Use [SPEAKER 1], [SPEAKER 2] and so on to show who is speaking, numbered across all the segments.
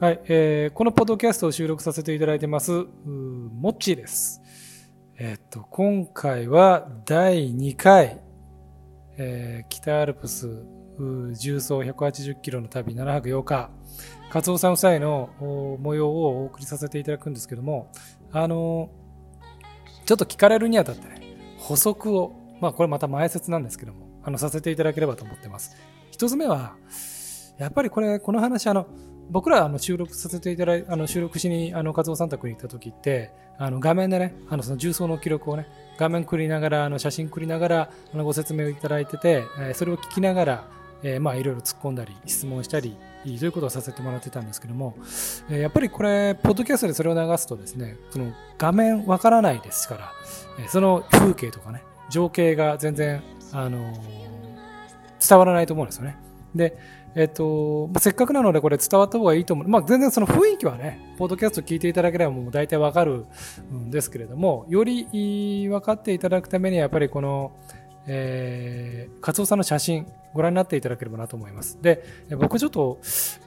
[SPEAKER 1] はい、えーこのポッドキャストを収録させていただいてます、うーもっちーです。えーっと、今回は第2回、えー北アルプスうー重走180キロの旅7泊8日、カツオさん夫妻のお模様をお送りさせていただくんですけども、あのーちょっと聞かれるにあたってね、補足を、まあこれまた前説なんですけども、あの、させていただければと思ってます。一つ目は、やっぱりこれ、この話、あの、僕らあの収録させていただいあの収録しにあの和夫さん宅に行った時ってあの画面でねあのその重曹の記録をね画面くりながらあの写真くりながらあのご説明をいただいてて、えーそれを聞きながら、えーまあいろいろ突っ込んだり質問したりということをさせてもらってたんですけども、えーやっぱりこれポッドキャストでそれを流すとですねその画面わからないですから、えーその風景とかね情景が全然あのー伝わらないと思うんですよね。でえっと、まあせっかくなのでこれ伝わった方がいいと思う。まあ、全然その雰囲気はね、ポッドキャスト聞いていただければもう大体わかるんですけれども、よりいい分かっていただくためにはやっぱりこの、えー、カツオさんの写真ご覧になっていただければなと思います。で、え僕ちょっと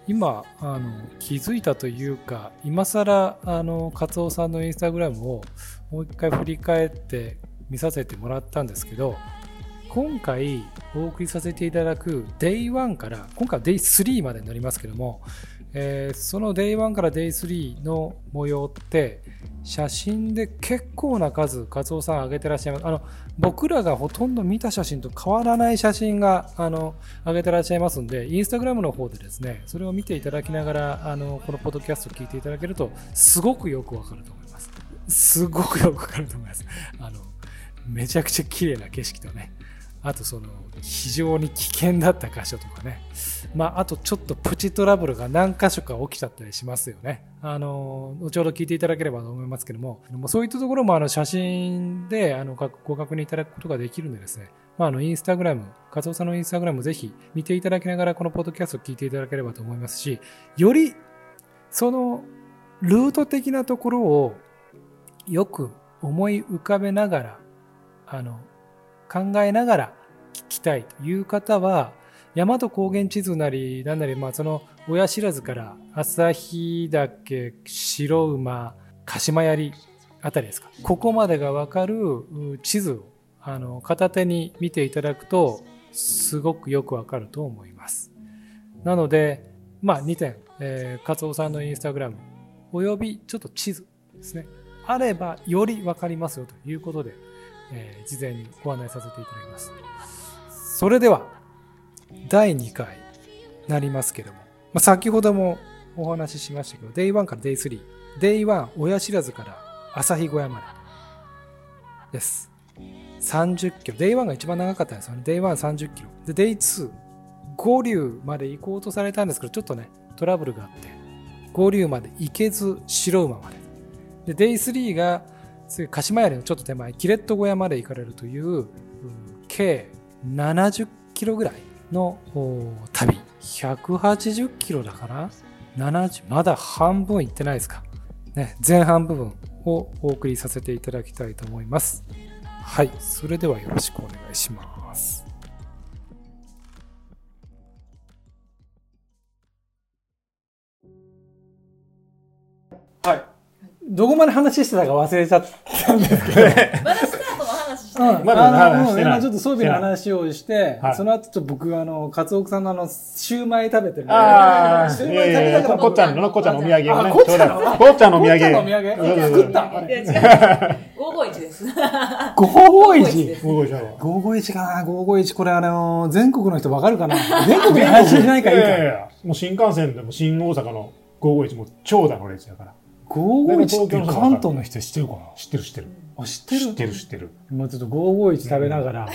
[SPEAKER 1] 今、あの、気づいたというか、今更、あの、カツオさんのインスタグラムをもう一回振り返って見させてもらったんですけど、今回お送りさせていただく Day1 から今回は Day3 までになりますけども、えーその Day1 から Day3 の模様って写真で結構な数カツオさん上げてらっしゃいますあの僕らがほとんど見た写真と変わらない写真があの上げてらっしゃいますんでインスタグラムの方でですねそれを見ていただきながらあのこのポッドキャスト聞いていただけるとすごくよくわかると思いますすごくよくわかると思いますあのめちゃくちゃ綺麗な景色とねあとその非常に危険だった箇所とかね、まあ、あとちょっとプチトラブルが何箇所か起きちゃったりしますよね。あの後ほど聞いていただければと思いますけども、もうそういったところもあの写真であのごご確認いただくことができるんでですね、まあ、あのインスタグラム、カツオさんのインスタグラムぜひ見ていただきながらこのポッドキャストを聞いていただければと思いますし、よりそのルート的なところをよく思い浮かべながら、あの考えながら聞きたいという方は大和高原地図なりなんなり、まあ、その親知らずから旭岳白馬鹿島槍あたりですかここまでが分かるう地図をあの片手に見ていただくとすごくよく分かると思いますなので、まあ、2点、えー、カツオさんのインスタグラムおよびちょっと地図ですねあればより分かりますよということでえー事前にご案内させていただきます。それでは、第2回なりますけども、まあ、先ほどもお話ししましたけど、Day1 から Day3、Day1 親知らずから旭小屋までです。30キロ、Day1 が一番長かったんですよね。Day130 キロ。で、Day2、合流まで行こうとされたんですけど、ちょっとね、トラブルがあって、合流まで行けず、白馬まで。で、Day3 が、次鹿島槍のちょっと手前キレット小屋まで行かれるという、うん計70キロぐらいのおー旅180キロだから70まだ半分行ってないですか、ね、前半部分をお送りさせていただきたいと思いますはいそれではよろしくお願いしますはいどこまで話してたか忘れちゃったんですけど
[SPEAKER 2] まだスタートの話して
[SPEAKER 1] うん
[SPEAKER 3] まだね
[SPEAKER 1] あの
[SPEAKER 3] 話
[SPEAKER 1] う
[SPEAKER 3] してない
[SPEAKER 1] ん今ちょっと装備の話をして、
[SPEAKER 3] はい
[SPEAKER 1] その後ちょっと僕、あの、カツオクさんのあの、シューマイ食べてる。
[SPEAKER 3] ああ、
[SPEAKER 1] シュ
[SPEAKER 3] い
[SPEAKER 1] ーマ
[SPEAKER 3] やい
[SPEAKER 1] イ食べ
[SPEAKER 3] や
[SPEAKER 1] た
[SPEAKER 3] い
[SPEAKER 1] から
[SPEAKER 3] や、こっちゃんの、こっちゃんのお土産をね、
[SPEAKER 1] あこっちゃんの
[SPEAKER 3] ちょうだいこっちゃんのお土産。
[SPEAKER 1] こっちゃんのお土産
[SPEAKER 3] そうそうそう
[SPEAKER 1] 作った
[SPEAKER 2] いや違う。551です。
[SPEAKER 1] 551
[SPEAKER 2] です
[SPEAKER 3] もうじゃあ
[SPEAKER 1] 551かな ?551。これあの、全国の人わかるかな全国の話しないからいい
[SPEAKER 3] や
[SPEAKER 1] か
[SPEAKER 3] ややもう新幹線でも新大阪の551も長蛇の列やから。
[SPEAKER 1] 551って関東の人知ってるかな
[SPEAKER 3] 知ってる知ってる。
[SPEAKER 1] あ、知って
[SPEAKER 3] 知
[SPEAKER 1] る
[SPEAKER 3] ってる知ってる。
[SPEAKER 1] もうちょっと551食べながら、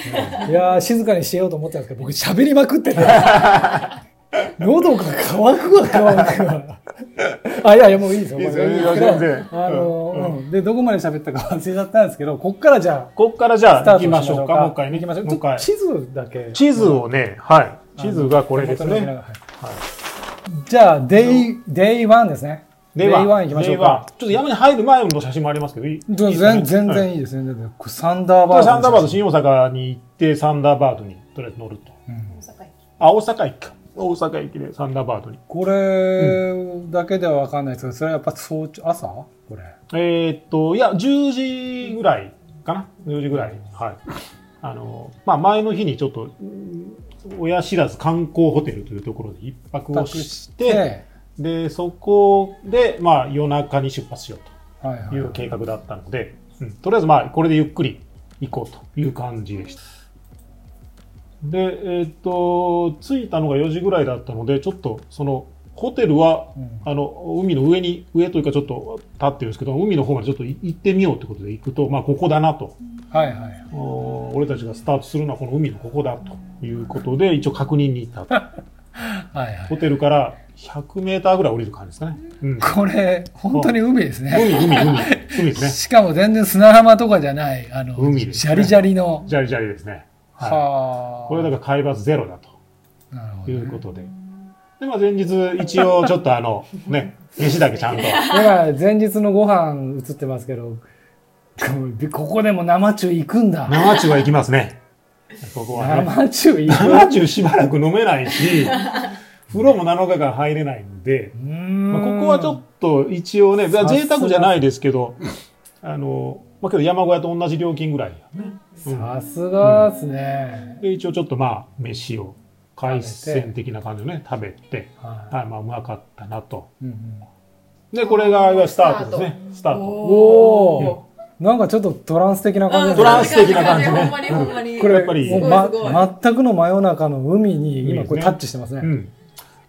[SPEAKER 1] いやー、静かにしてようと思ったんですけど、僕喋りまく ってた。喉が渇くわ、渇く わ。あ、いやいや、もういいですよ。
[SPEAKER 3] いいです
[SPEAKER 1] こ
[SPEAKER 3] よ
[SPEAKER 1] れ
[SPEAKER 3] いいですよ
[SPEAKER 1] けど
[SPEAKER 3] 全然
[SPEAKER 1] あの
[SPEAKER 3] うん
[SPEAKER 1] うんで、どこまで喋ったか忘れちゃったんですけど、こっからじゃ
[SPEAKER 3] こっからじ
[SPEAKER 1] あ、
[SPEAKER 3] ゃ
[SPEAKER 1] ス
[SPEAKER 3] あ
[SPEAKER 1] タート
[SPEAKER 3] 行き
[SPEAKER 1] し
[SPEAKER 3] ま
[SPEAKER 1] ま
[SPEAKER 3] し
[SPEAKER 1] し
[SPEAKER 3] ょ
[SPEAKER 1] ょ
[SPEAKER 3] う
[SPEAKER 1] う
[SPEAKER 3] か。
[SPEAKER 1] か。
[SPEAKER 3] もう一回ね。
[SPEAKER 1] 行きましょう。
[SPEAKER 3] もう一回。
[SPEAKER 1] ちょっと地図だけ。
[SPEAKER 3] 地図をね、はい。地図がこれです
[SPEAKER 1] 手元に置きなが
[SPEAKER 3] ね。
[SPEAKER 1] ら。はいじゃあ、デイ、デイワンですね。
[SPEAKER 3] で
[SPEAKER 1] デイワン行きましょうか。
[SPEAKER 3] ではちょっと山に入る前の写真もありますけど、いい
[SPEAKER 1] 全然、全然いいですね。だってこれサンダーバ
[SPEAKER 3] は
[SPEAKER 1] ー
[SPEAKER 3] い
[SPEAKER 1] ド。
[SPEAKER 3] サンダーバード、新大阪に行って、サンダーバードにとりあえず乗ると。
[SPEAKER 2] 大阪駅
[SPEAKER 3] あ、大阪駅か。大阪駅でサンダーバードに。
[SPEAKER 1] これだけでは分かんないですけど、それはやっぱ早朝、朝これ。
[SPEAKER 3] えーっと、いや、10時ぐらいかな ?10 時ぐらい。はい。あの、まあ、前の日にちょっと、うん親知らず観光ホテルというところで一泊をして、
[SPEAKER 1] で、
[SPEAKER 3] で、そこで、まあ、夜中に出発しよう
[SPEAKER 1] はいはい
[SPEAKER 3] という計画だったので、うん、とりあえずまあ、これでゆっくり行こうという感じでした。で、えーっと、着いたのが4時ぐらいだったので、ちょっと、その、ホテルは
[SPEAKER 1] うん
[SPEAKER 3] あの海の上に、上というかちょっと立ってるんですけど、海の方までちょっとい行ってみようということで行くと、まあ、ここだなと、
[SPEAKER 1] はいはい。
[SPEAKER 3] おー俺たちがスタートするのはこの海のここだということで、一応確認に行った と。
[SPEAKER 1] はいはい。
[SPEAKER 3] ホテルから100メーターぐらい降りる感じですかね。うん。
[SPEAKER 1] これ、本当に海ですね。
[SPEAKER 3] 海、海、海、海で すね。
[SPEAKER 1] しかも全然砂浜とかじゃない、あの、
[SPEAKER 3] 海で
[SPEAKER 1] ジ
[SPEAKER 3] すね
[SPEAKER 1] ャリジャリの。
[SPEAKER 3] ジャリジャリですね。は。
[SPEAKER 1] はい
[SPEAKER 3] これだから海抜ゼロだ
[SPEAKER 1] なるほ
[SPEAKER 3] と
[SPEAKER 1] ど
[SPEAKER 3] い
[SPEAKER 1] ね、
[SPEAKER 3] うことで。で、まあ、前日、一応ちょっとあの、ね、飯だけちゃんと。
[SPEAKER 1] 今、前日のご飯映ってますけど、こここでも生中行くんだ。
[SPEAKER 3] 生中は行きますね。ここはね。
[SPEAKER 1] 生中行く。
[SPEAKER 3] 70しばらく飲めないし、風呂も7日間入れないので、
[SPEAKER 1] うーん
[SPEAKER 3] まあ、ここはちょっと一応ね、まあ贅沢じゃないですけど、あの、まあ、けど山小屋と同じ料金ぐらいだね。うん
[SPEAKER 1] さすがですね。
[SPEAKER 3] で、一応ちょっとまあ、飯を、海鮮的な感じでね、食べて、
[SPEAKER 1] は
[SPEAKER 3] はい、まあ、うまかったなと。
[SPEAKER 1] いうんうん
[SPEAKER 3] で、これがスタートですね。スタート。
[SPEAKER 1] おーなんかちょっとトランス的な感じ
[SPEAKER 3] トランス的な感
[SPEAKER 2] 感
[SPEAKER 3] じ
[SPEAKER 2] じ
[SPEAKER 3] ね
[SPEAKER 2] ほんまにほんまに。
[SPEAKER 1] これ
[SPEAKER 3] やっぱり
[SPEAKER 1] もう
[SPEAKER 2] すごいすごい
[SPEAKER 1] ま、全くの真夜中の海に今これ
[SPEAKER 3] 海ですね
[SPEAKER 1] タッチしてますね。
[SPEAKER 3] うん。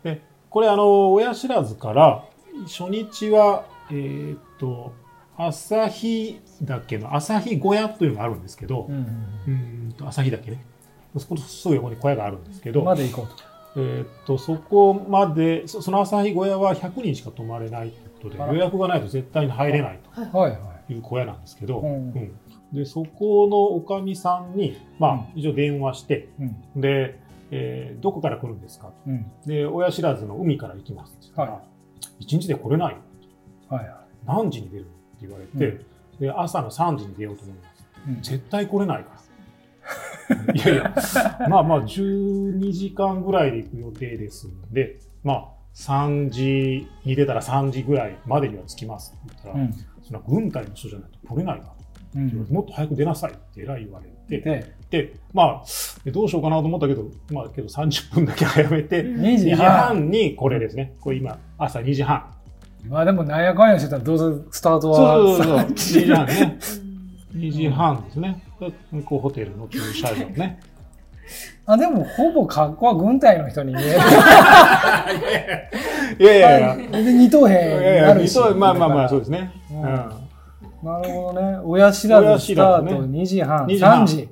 [SPEAKER 3] で、これあの、親知らずから、初日は、えーっと、朝日岳の朝日小屋というのがあるんですけど、
[SPEAKER 1] うんうん
[SPEAKER 3] うーんと朝日岳ねそこのすぐ横に小屋があるんですけ
[SPEAKER 1] う
[SPEAKER 3] ど、
[SPEAKER 1] んまで行こうと。
[SPEAKER 3] えーっとそこまでそその朝日小屋は100人しか泊まれないということで
[SPEAKER 1] あら
[SPEAKER 3] 予約がないと絶対に入れない
[SPEAKER 1] はいはい。
[SPEAKER 3] という小屋なんですけど、
[SPEAKER 1] う
[SPEAKER 3] うんんでそこのおかみさんに、まあ、一応電話して
[SPEAKER 1] うん
[SPEAKER 3] で、えーどこから来るんですか
[SPEAKER 1] うん
[SPEAKER 3] で親知らずの海から行きますって言ったら、
[SPEAKER 1] は
[SPEAKER 3] 1日で来れないよ
[SPEAKER 1] はいは
[SPEAKER 3] 何時に出るのって言われて、で朝の3時に出ようと思います
[SPEAKER 1] いうん。
[SPEAKER 3] 絶対来れな いから。いやいや、まあまあ、12時間ぐらいで行く予定ですんで、まあ、3時に出たら3時ぐらいまでには着きますって言ったら、
[SPEAKER 1] うん
[SPEAKER 3] そんな軍隊の人じゃないと来れないから、
[SPEAKER 1] う
[SPEAKER 3] って言われて
[SPEAKER 1] ん
[SPEAKER 3] もっと早く出なさいって偉い言われて、
[SPEAKER 1] で、
[SPEAKER 3] で、まあ、でどうしようかなと思ったけど、まあ、けど30分だけ早めて、
[SPEAKER 1] 2
[SPEAKER 3] 2
[SPEAKER 1] 時
[SPEAKER 3] 時
[SPEAKER 1] 半。
[SPEAKER 3] 半にこれですね、これ今、朝2時半。
[SPEAKER 1] まあでも、なんやかんやしてたら、どうせスタート
[SPEAKER 3] そうそう
[SPEAKER 1] は。
[SPEAKER 3] そう、2時 半ね。
[SPEAKER 2] うん
[SPEAKER 3] 2時半ですね。で向こうホテルの駐車場ね。
[SPEAKER 1] あ、でも、ほぼ格好は軍隊の人に見 える。
[SPEAKER 3] いやいやいや。
[SPEAKER 1] で、二等兵
[SPEAKER 3] い
[SPEAKER 1] に
[SPEAKER 3] やい
[SPEAKER 1] な
[SPEAKER 3] や
[SPEAKER 1] るし。。
[SPEAKER 3] そうまあまあまあ、そうですすね。う
[SPEAKER 1] うん
[SPEAKER 3] ん。
[SPEAKER 1] なるほどね。親知らずスタート2時半、
[SPEAKER 3] 2時
[SPEAKER 1] 3
[SPEAKER 3] 半
[SPEAKER 1] 時。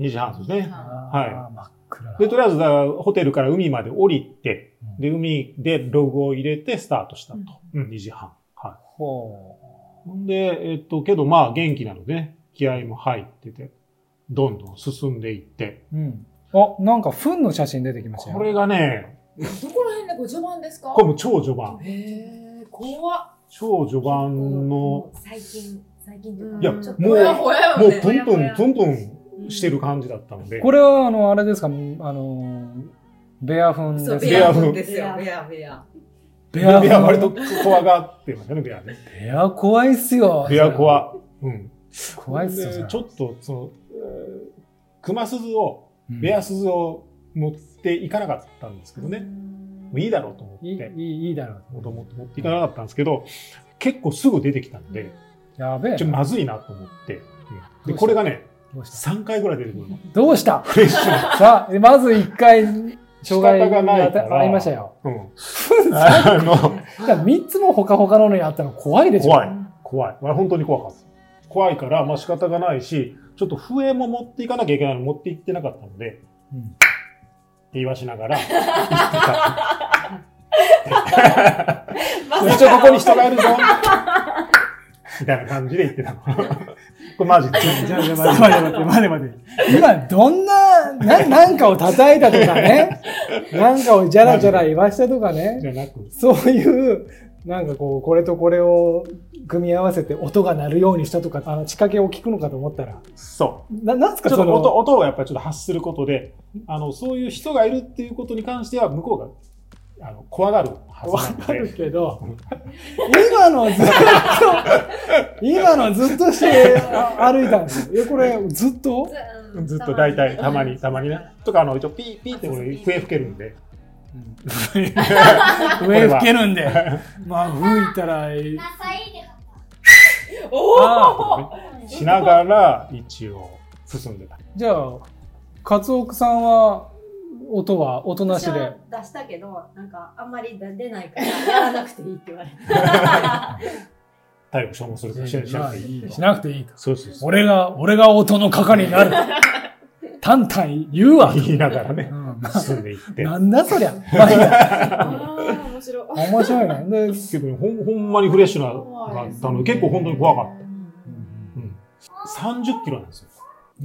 [SPEAKER 3] 2時半ですね。
[SPEAKER 1] あー真っ暗だ。
[SPEAKER 3] で、とりあえずだから、ホテルから海まで降りて
[SPEAKER 1] う、ん
[SPEAKER 3] で、海でログを入れてスタートしたと。うん、2時半。は
[SPEAKER 1] ほ
[SPEAKER 3] い。ほんで、えっと、けどまあ元気なのでね、気合も入ってて、どんどん進んでいって。
[SPEAKER 1] う。うん。あ、なんか、糞の写真出てきましたよ。
[SPEAKER 3] これがね、
[SPEAKER 2] どこら辺でこれ序盤ですか
[SPEAKER 3] これも超序盤。
[SPEAKER 2] へえ、怖っ。
[SPEAKER 3] 超序盤の、
[SPEAKER 4] 最近最近というか
[SPEAKER 2] うん
[SPEAKER 3] いや
[SPEAKER 4] ちょっと
[SPEAKER 3] もう
[SPEAKER 2] ほやほやよ
[SPEAKER 3] もう
[SPEAKER 2] ね
[SPEAKER 3] プンプン、プンプンしてる感じだったので。
[SPEAKER 1] これは、あの、あれですか、あの、ベア糞です
[SPEAKER 2] そう、
[SPEAKER 1] ね。
[SPEAKER 2] ベア
[SPEAKER 3] フン
[SPEAKER 2] フンですよ、ベア、ベア。
[SPEAKER 1] ベ
[SPEAKER 3] ベア
[SPEAKER 1] ア
[SPEAKER 3] ベア割と
[SPEAKER 1] 糞。
[SPEAKER 3] 怖がってましたね、ベアね。
[SPEAKER 1] ベア怖いっすよ。
[SPEAKER 3] ベア怖。うん。
[SPEAKER 1] 怖いっすよ。そ
[SPEAKER 3] で
[SPEAKER 1] れ
[SPEAKER 3] ちょっとその、えー熊鈴を
[SPEAKER 1] うん
[SPEAKER 3] ベア鈴を持っていかなかったんですけどね、もういいだろうと思っ
[SPEAKER 1] いい
[SPEAKER 3] て、
[SPEAKER 1] いいいいだろう。
[SPEAKER 3] もともと持っていかなかったんですけど、結構すぐ出てきたんで、
[SPEAKER 1] やべえ
[SPEAKER 3] ちょっと
[SPEAKER 1] な。
[SPEAKER 3] まずいなと思って、うん
[SPEAKER 1] どうし
[SPEAKER 3] で
[SPEAKER 1] た
[SPEAKER 3] これがね、
[SPEAKER 1] どうした
[SPEAKER 3] 3回ぐらい出てくるの、
[SPEAKER 1] どうした
[SPEAKER 3] フレッシュな。
[SPEAKER 1] さあ、まず1回、障害
[SPEAKER 3] 仕方がないから
[SPEAKER 1] がありましたよ。
[SPEAKER 3] うん、あの
[SPEAKER 1] 3つもほかほかののにあったの怖いでしょ。
[SPEAKER 3] 怖い、怖い、まあ本当に怖かった。怖いから、まあ仕方がないし、ちょっと笛も持っていかなきゃいけないのに持って行ってなかったので、
[SPEAKER 1] うん
[SPEAKER 3] って言わしながら、
[SPEAKER 2] まさか
[SPEAKER 3] 一応ここに人がいるぞみたいな感じで言ってたの。これマジで。
[SPEAKER 1] じゃあ、じゃあ、待て待て待て待て。今、どんな、な、なんかを叩い たとかね。なんかをじゃらじゃら言わしたとかね。
[SPEAKER 3] じゃなく、
[SPEAKER 1] そういう、
[SPEAKER 5] なんかこう、これとこれを組み合わせて音が鳴るようにしたとか、あの、仕掛けを聞くのかと思ったら、
[SPEAKER 3] そう。
[SPEAKER 5] な、なんすか
[SPEAKER 3] ちょっ
[SPEAKER 5] そ
[SPEAKER 3] と音
[SPEAKER 5] の、
[SPEAKER 3] 音をやっぱりちょっと発することであの、そういう人がいるっていうことに関しては、向こうがあの怖がるは
[SPEAKER 5] わ
[SPEAKER 3] ずな
[SPEAKER 5] か
[SPEAKER 3] の
[SPEAKER 5] る
[SPEAKER 3] で、
[SPEAKER 5] けど、 今のずっと、今のずっとしてあ歩いたんですよ。え、これずっと
[SPEAKER 3] ずっと大体、たまに、たまにね。とか、あの一応、ピーピーってこれ笛吹けるんで、
[SPEAKER 1] 上吹けるんで、まあ吹いたらいい。
[SPEAKER 2] おお
[SPEAKER 1] ああ
[SPEAKER 3] しながら一応進んでた。
[SPEAKER 1] じゃあ、カツオクさんは音は音な
[SPEAKER 4] 私
[SPEAKER 1] しで
[SPEAKER 4] は。出したけど、なんかあんまり出ないからやらなくていいって言われて。
[SPEAKER 3] 体力消耗するからしなしなくていい。
[SPEAKER 1] しなくていいと。
[SPEAKER 3] そうそうそう。
[SPEAKER 1] 俺が、俺が音の係になる。タンタン言うわ。
[SPEAKER 3] 言いながら
[SPEAKER 1] う
[SPEAKER 3] ね、
[SPEAKER 1] ん
[SPEAKER 3] 進んでいって。
[SPEAKER 1] なんだそりゃ。まあいいや
[SPEAKER 2] あ面白い
[SPEAKER 5] 面白いね。で、
[SPEAKER 3] 結構ほんほんまにフレッシュなかったので、結構本当に怖かった。うん、30キロなんですよ、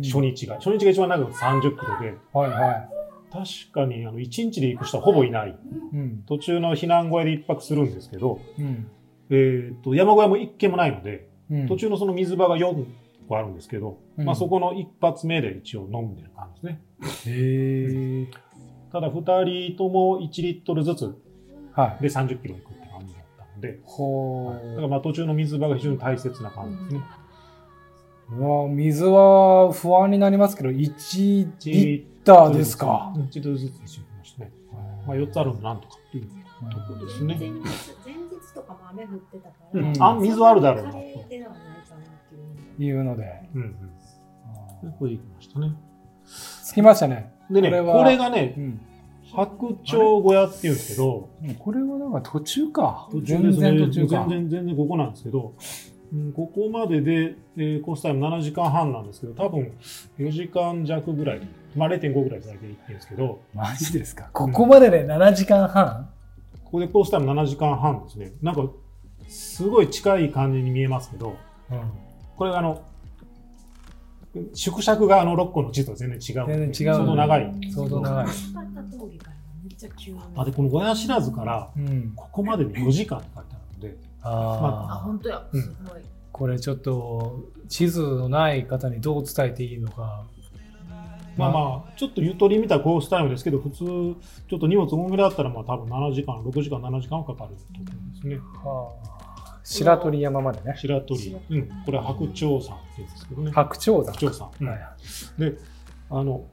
[SPEAKER 3] 初日が。初日が一番長くて30キロで、
[SPEAKER 1] はいはい。
[SPEAKER 3] 確かにあの1日で行く人はほぼいない。
[SPEAKER 1] うん。
[SPEAKER 3] 途中の避難小屋で一泊するんですけど、
[SPEAKER 1] うん。
[SPEAKER 3] えー、と山小屋も一軒もないので、
[SPEAKER 1] うん
[SPEAKER 3] 途中のその水場が4個あるんですけど、
[SPEAKER 1] うん
[SPEAKER 3] まあ、そこの一発目で一応飲んでる感じですね。
[SPEAKER 1] へえ。
[SPEAKER 3] ただ2人とも1リットルずつ
[SPEAKER 1] はい。
[SPEAKER 3] で30キロ行くって感じだったので、
[SPEAKER 1] ほ
[SPEAKER 3] はいだか
[SPEAKER 1] う
[SPEAKER 3] ら。まあ途中の水場が非常に大切な感じですね。
[SPEAKER 1] うわ水は不安になりますけど、1
[SPEAKER 3] 1
[SPEAKER 1] リッ
[SPEAKER 3] リ
[SPEAKER 1] ターですか。
[SPEAKER 3] うん1リットルずつにしてましたね。まあ4つあるのなんとかっていうとこですね。
[SPEAKER 4] 前日、前日とかも雨降ってたか
[SPEAKER 3] う
[SPEAKER 4] ら。
[SPEAKER 3] ん、あ水はあるだろうな
[SPEAKER 4] カ
[SPEAKER 3] と。
[SPEAKER 4] レーではないかなって
[SPEAKER 1] い
[SPEAKER 4] いう。
[SPEAKER 1] うので。
[SPEAKER 3] うんうん。でこれ行きましたね。
[SPEAKER 1] つきましたね。
[SPEAKER 3] でね、
[SPEAKER 1] これは
[SPEAKER 3] これがね
[SPEAKER 1] う、ん。
[SPEAKER 3] 白鳥小屋っていうんですけど、
[SPEAKER 1] これはなんか途中か。
[SPEAKER 3] 途中
[SPEAKER 1] 全
[SPEAKER 3] ですね
[SPEAKER 1] 然途中か。
[SPEAKER 3] 全然、全然ここなんですけど、うん、ここまでで、えーコースタイム7時間半なんですけど、多分4時間弱ぐらい、まあ0.5ぐらい最近行ってるんですけど、
[SPEAKER 1] マジですか。
[SPEAKER 5] ここまでで7時間半
[SPEAKER 3] ここでコースタイム7時間半ですね。なんか、すごい近い感じに見えますけど、これがあの、縮尺があの6個の地とは全然違うので。
[SPEAKER 1] 全然違う
[SPEAKER 3] そ
[SPEAKER 1] の
[SPEAKER 3] の長い。
[SPEAKER 1] 相当長い。
[SPEAKER 4] パッタ峠からめっちゃ急な。
[SPEAKER 3] あで、この小屋知らずから、
[SPEAKER 1] うん。
[SPEAKER 3] ここまでで4時間って書いてあるので、
[SPEAKER 1] あ
[SPEAKER 2] あ
[SPEAKER 1] あ。
[SPEAKER 2] 本当や
[SPEAKER 3] うん
[SPEAKER 2] すごい
[SPEAKER 1] これちょっと、地図のない方にどう伝えていいのか。
[SPEAKER 3] まあまあ、ちょっとゆとり見たコースタイムですけど、普通、ちょっと荷物重めだったら、まあ多分7時間、6時間、7時間はかかると思うんですね。
[SPEAKER 1] はあ白鳥山までね。
[SPEAKER 3] 白鳥、うん、これ白鳥山って言うんですけどね。
[SPEAKER 1] 白鳥山。
[SPEAKER 3] 白鳥山。うん
[SPEAKER 1] はい
[SPEAKER 3] で、あの、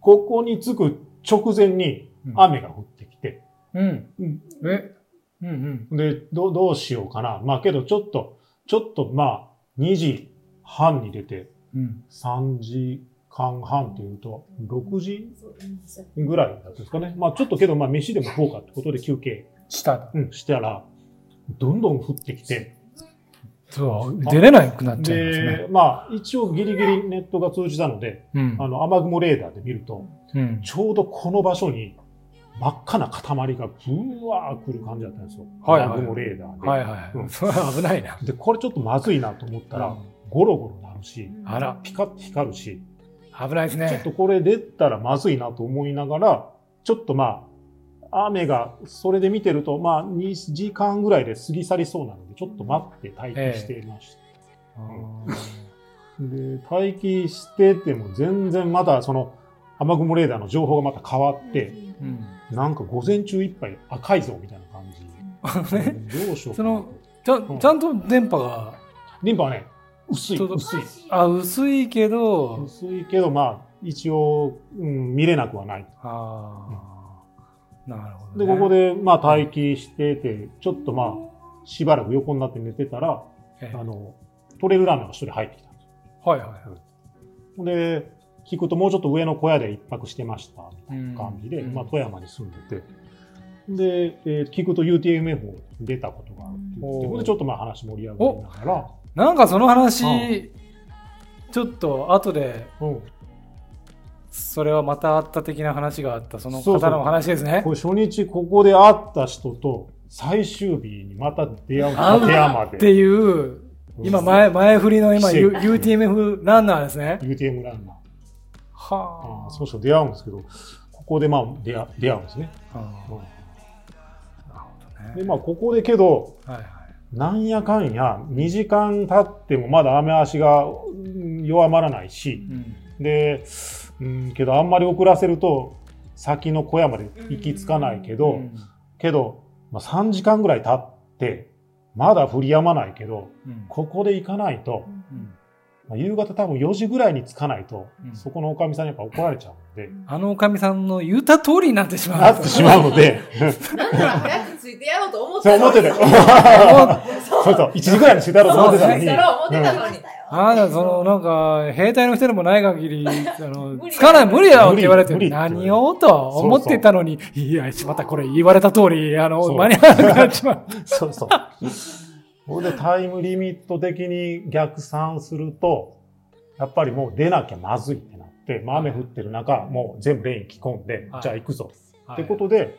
[SPEAKER 3] ここに着く直前に雨が降ってきて、
[SPEAKER 1] うん。
[SPEAKER 3] うん
[SPEAKER 1] えうんうん。
[SPEAKER 3] で、どうどうしようかな。まあけど、ちょっと、ちょっと、まあ、2時半に出て、
[SPEAKER 1] うん。
[SPEAKER 3] 3時間半っていうと、6時
[SPEAKER 4] そううんそう
[SPEAKER 3] ぐらいだったんですかね。まあちょっとけど、まあ飯でも食おうかってことで休憩、
[SPEAKER 1] 下だ。
[SPEAKER 3] うん、したら、どんどん降ってきて、
[SPEAKER 1] そう、出れなくなっちゃいますね。
[SPEAKER 3] で、まあ一応ギリギリネットが通じたので、
[SPEAKER 1] うん
[SPEAKER 3] あの雨雲レーダーで見ると、
[SPEAKER 1] うん。
[SPEAKER 3] ちょうどこの場所に真っ赤な塊がブワー来る感じだったんですよ。
[SPEAKER 1] はいはい
[SPEAKER 3] 雨雲レーダーで。
[SPEAKER 1] はいは
[SPEAKER 3] うん
[SPEAKER 1] い。それは危ないな。
[SPEAKER 3] で、これちょっとまずいなと思ったら、
[SPEAKER 1] うん
[SPEAKER 3] ゴロゴロなるし、
[SPEAKER 1] あら
[SPEAKER 3] ピカッと光るし、
[SPEAKER 1] 危ないです
[SPEAKER 3] ちょっ
[SPEAKER 1] ね。
[SPEAKER 3] とこれ出たらまずいなと思いながら、ちょっとまあ、雨が、それで見てると、まあ、2時間ぐらいで過ぎ去りそうなので、ちょっと待って待機していました。で、待機してても全然まだその、雨雲レーダーの情報がまた変わって、
[SPEAKER 1] うん
[SPEAKER 3] なんか午前中いっぱい赤いぞみたいな感 じ。どうしようか
[SPEAKER 1] そ
[SPEAKER 3] な
[SPEAKER 1] のちゃんちゃんと電波が、
[SPEAKER 3] リンパはね、薄い、
[SPEAKER 1] ちょうど
[SPEAKER 3] 薄い。
[SPEAKER 1] あ、薄いけど、
[SPEAKER 3] 薄いけど、まあ、一応、うん、見れなくはない。
[SPEAKER 1] ああ、なるほど、
[SPEAKER 3] で、
[SPEAKER 1] ね。
[SPEAKER 3] ここで、まあ、待機してて、ちょっとまあ、しばらく横になって寝てたら、
[SPEAKER 1] ええ
[SPEAKER 3] あの、トレイルランナーが一人入ってきたんで
[SPEAKER 1] はいはいはい。
[SPEAKER 3] すよ。で、聞くともうちょっと上の小屋で一泊してました、みたいな感じで、
[SPEAKER 1] うん
[SPEAKER 3] まあ、富山に住んでて、で、えー聞くと UTMF を出たことがあるって言って、
[SPEAKER 1] おー
[SPEAKER 3] ほんでちょっとまあ話盛り上がりながら、
[SPEAKER 1] なんかその話、
[SPEAKER 3] うん
[SPEAKER 1] ちょっと後で、
[SPEAKER 3] うん
[SPEAKER 1] それはまたあった的な話があった、その
[SPEAKER 3] そうそ
[SPEAKER 1] 方
[SPEAKER 3] う
[SPEAKER 1] のお話ですね。
[SPEAKER 3] これ初日ここで会った人と最終日にまた出会う
[SPEAKER 1] 会う
[SPEAKER 3] 立山で
[SPEAKER 1] っていう、今前、前振りの今、
[SPEAKER 3] 奇
[SPEAKER 1] U-
[SPEAKER 3] 跡
[SPEAKER 1] UTMF ランナーですね。
[SPEAKER 3] UTM ランナーあ
[SPEAKER 1] は
[SPEAKER 3] ーその人と出会うんですけどここでまあ出会出会うんですね、
[SPEAKER 1] あ。なるほどね。
[SPEAKER 3] で、まあ、ここでけど、
[SPEAKER 1] はいはい。
[SPEAKER 3] なんやかんや、2時間経ってもまだ雨足がうん弱まらないし、
[SPEAKER 1] うん。
[SPEAKER 3] で、うん、けどあんまり遅らせると、先の小屋まで行き着かないけど、
[SPEAKER 1] うん
[SPEAKER 3] けど、まあ、3時間ぐらい経って、まだ降り止まないけど、
[SPEAKER 1] うん
[SPEAKER 3] ここで行かないと、
[SPEAKER 1] うん
[SPEAKER 3] まあ夕方多分4時ぐらいに着かないと、
[SPEAKER 1] うん
[SPEAKER 3] そこのおかみさんにやっぱ怒られちゃうんで、
[SPEAKER 1] あのおかみさんの言った通りになってしまう。
[SPEAKER 3] なってしまうので、
[SPEAKER 2] なんなら早くついてやろうと思っ
[SPEAKER 3] そ
[SPEAKER 2] た
[SPEAKER 3] う
[SPEAKER 2] の
[SPEAKER 3] 思っ
[SPEAKER 2] に。
[SPEAKER 3] てて、そうそう、1時ぐらいに着いたろうと思ってたの
[SPEAKER 2] そ
[SPEAKER 3] に
[SPEAKER 2] し、たら思ってたのに。
[SPEAKER 1] あなた、その、なんか、兵隊の人でもない限り、あの
[SPEAKER 2] 無、理
[SPEAKER 1] つかない、無理だよって
[SPEAKER 3] 無理
[SPEAKER 1] 言われて
[SPEAKER 3] 無理っ、て言われて
[SPEAKER 1] 何をと思ってたのに、いや、またこれ言われた通り、あの、
[SPEAKER 3] そう
[SPEAKER 1] 間に合わなくなっちまう。
[SPEAKER 3] そうそう。それでタイムリミット的に逆算すると、やっぱりもう出なきゃまずいってなって、まあ雨降ってる中、もう全部レイン着込んで、
[SPEAKER 1] はい
[SPEAKER 3] じゃあ行くぞ。 ってことで、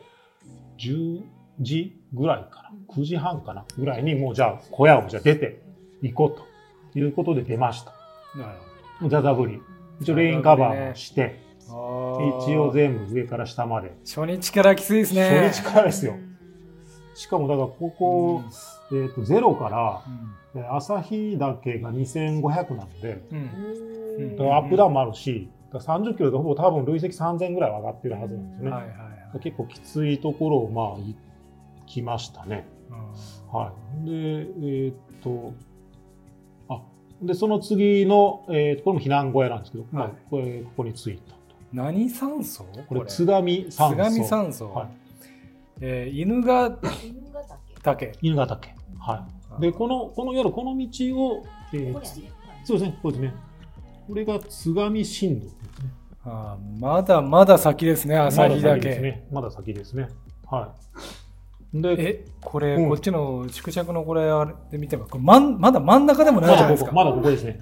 [SPEAKER 3] 10時ぐらいから、9時半かなぐらいにもうじゃあ小屋をじゃあ出て行こうということで出ました。
[SPEAKER 1] なる
[SPEAKER 3] ザザブリ。一応レインカバーもして、
[SPEAKER 1] ほど
[SPEAKER 3] 一応全部上から下まで。
[SPEAKER 1] 初日からきついですね。
[SPEAKER 3] 初日からですよ。しかもだからここ、えっ、と、ゼロから、
[SPEAKER 1] うん。
[SPEAKER 3] で朝日岳が2500なんで、
[SPEAKER 1] うん。
[SPEAKER 3] だ
[SPEAKER 1] う
[SPEAKER 3] か
[SPEAKER 1] ん
[SPEAKER 3] らアップダウンもあるし、だから30キロでほぼ多分累積3000ぐらいは上がってるはずなんですね。
[SPEAKER 1] はいはいはい。
[SPEAKER 3] 結構きついところをまあ行きましたね。はい。で、えーっと、あ、で、その次の、えーとこれも避難小屋なんですけど、まあ、これ、ここに着いたと。
[SPEAKER 1] 何酸素
[SPEAKER 3] これ、津上山荘。
[SPEAKER 1] 津上酸素。
[SPEAKER 3] はい
[SPEAKER 1] えー犬が
[SPEAKER 2] 犬ヶ岳
[SPEAKER 1] 竹。
[SPEAKER 3] 犬ヶ岳。はい。で、この、この夜、この道を、えー
[SPEAKER 2] これやね
[SPEAKER 3] そうですね、こうですね。これが津上新道ですね。
[SPEAKER 1] あーまだまだ先ですね、朝日
[SPEAKER 3] まだ
[SPEAKER 1] だ
[SPEAKER 3] 先です
[SPEAKER 1] け。
[SPEAKER 3] ね。まだ先ですね。はい。で、
[SPEAKER 1] え、これ、
[SPEAKER 3] うん
[SPEAKER 1] こっちの縮尺のこれ、あれで見ても、これまんまだ真ん中でも
[SPEAKER 3] ま
[SPEAKER 1] ないじゃない
[SPEAKER 3] だ
[SPEAKER 1] で
[SPEAKER 3] こ
[SPEAKER 1] す
[SPEAKER 3] こ、
[SPEAKER 1] か。
[SPEAKER 3] まだここですね。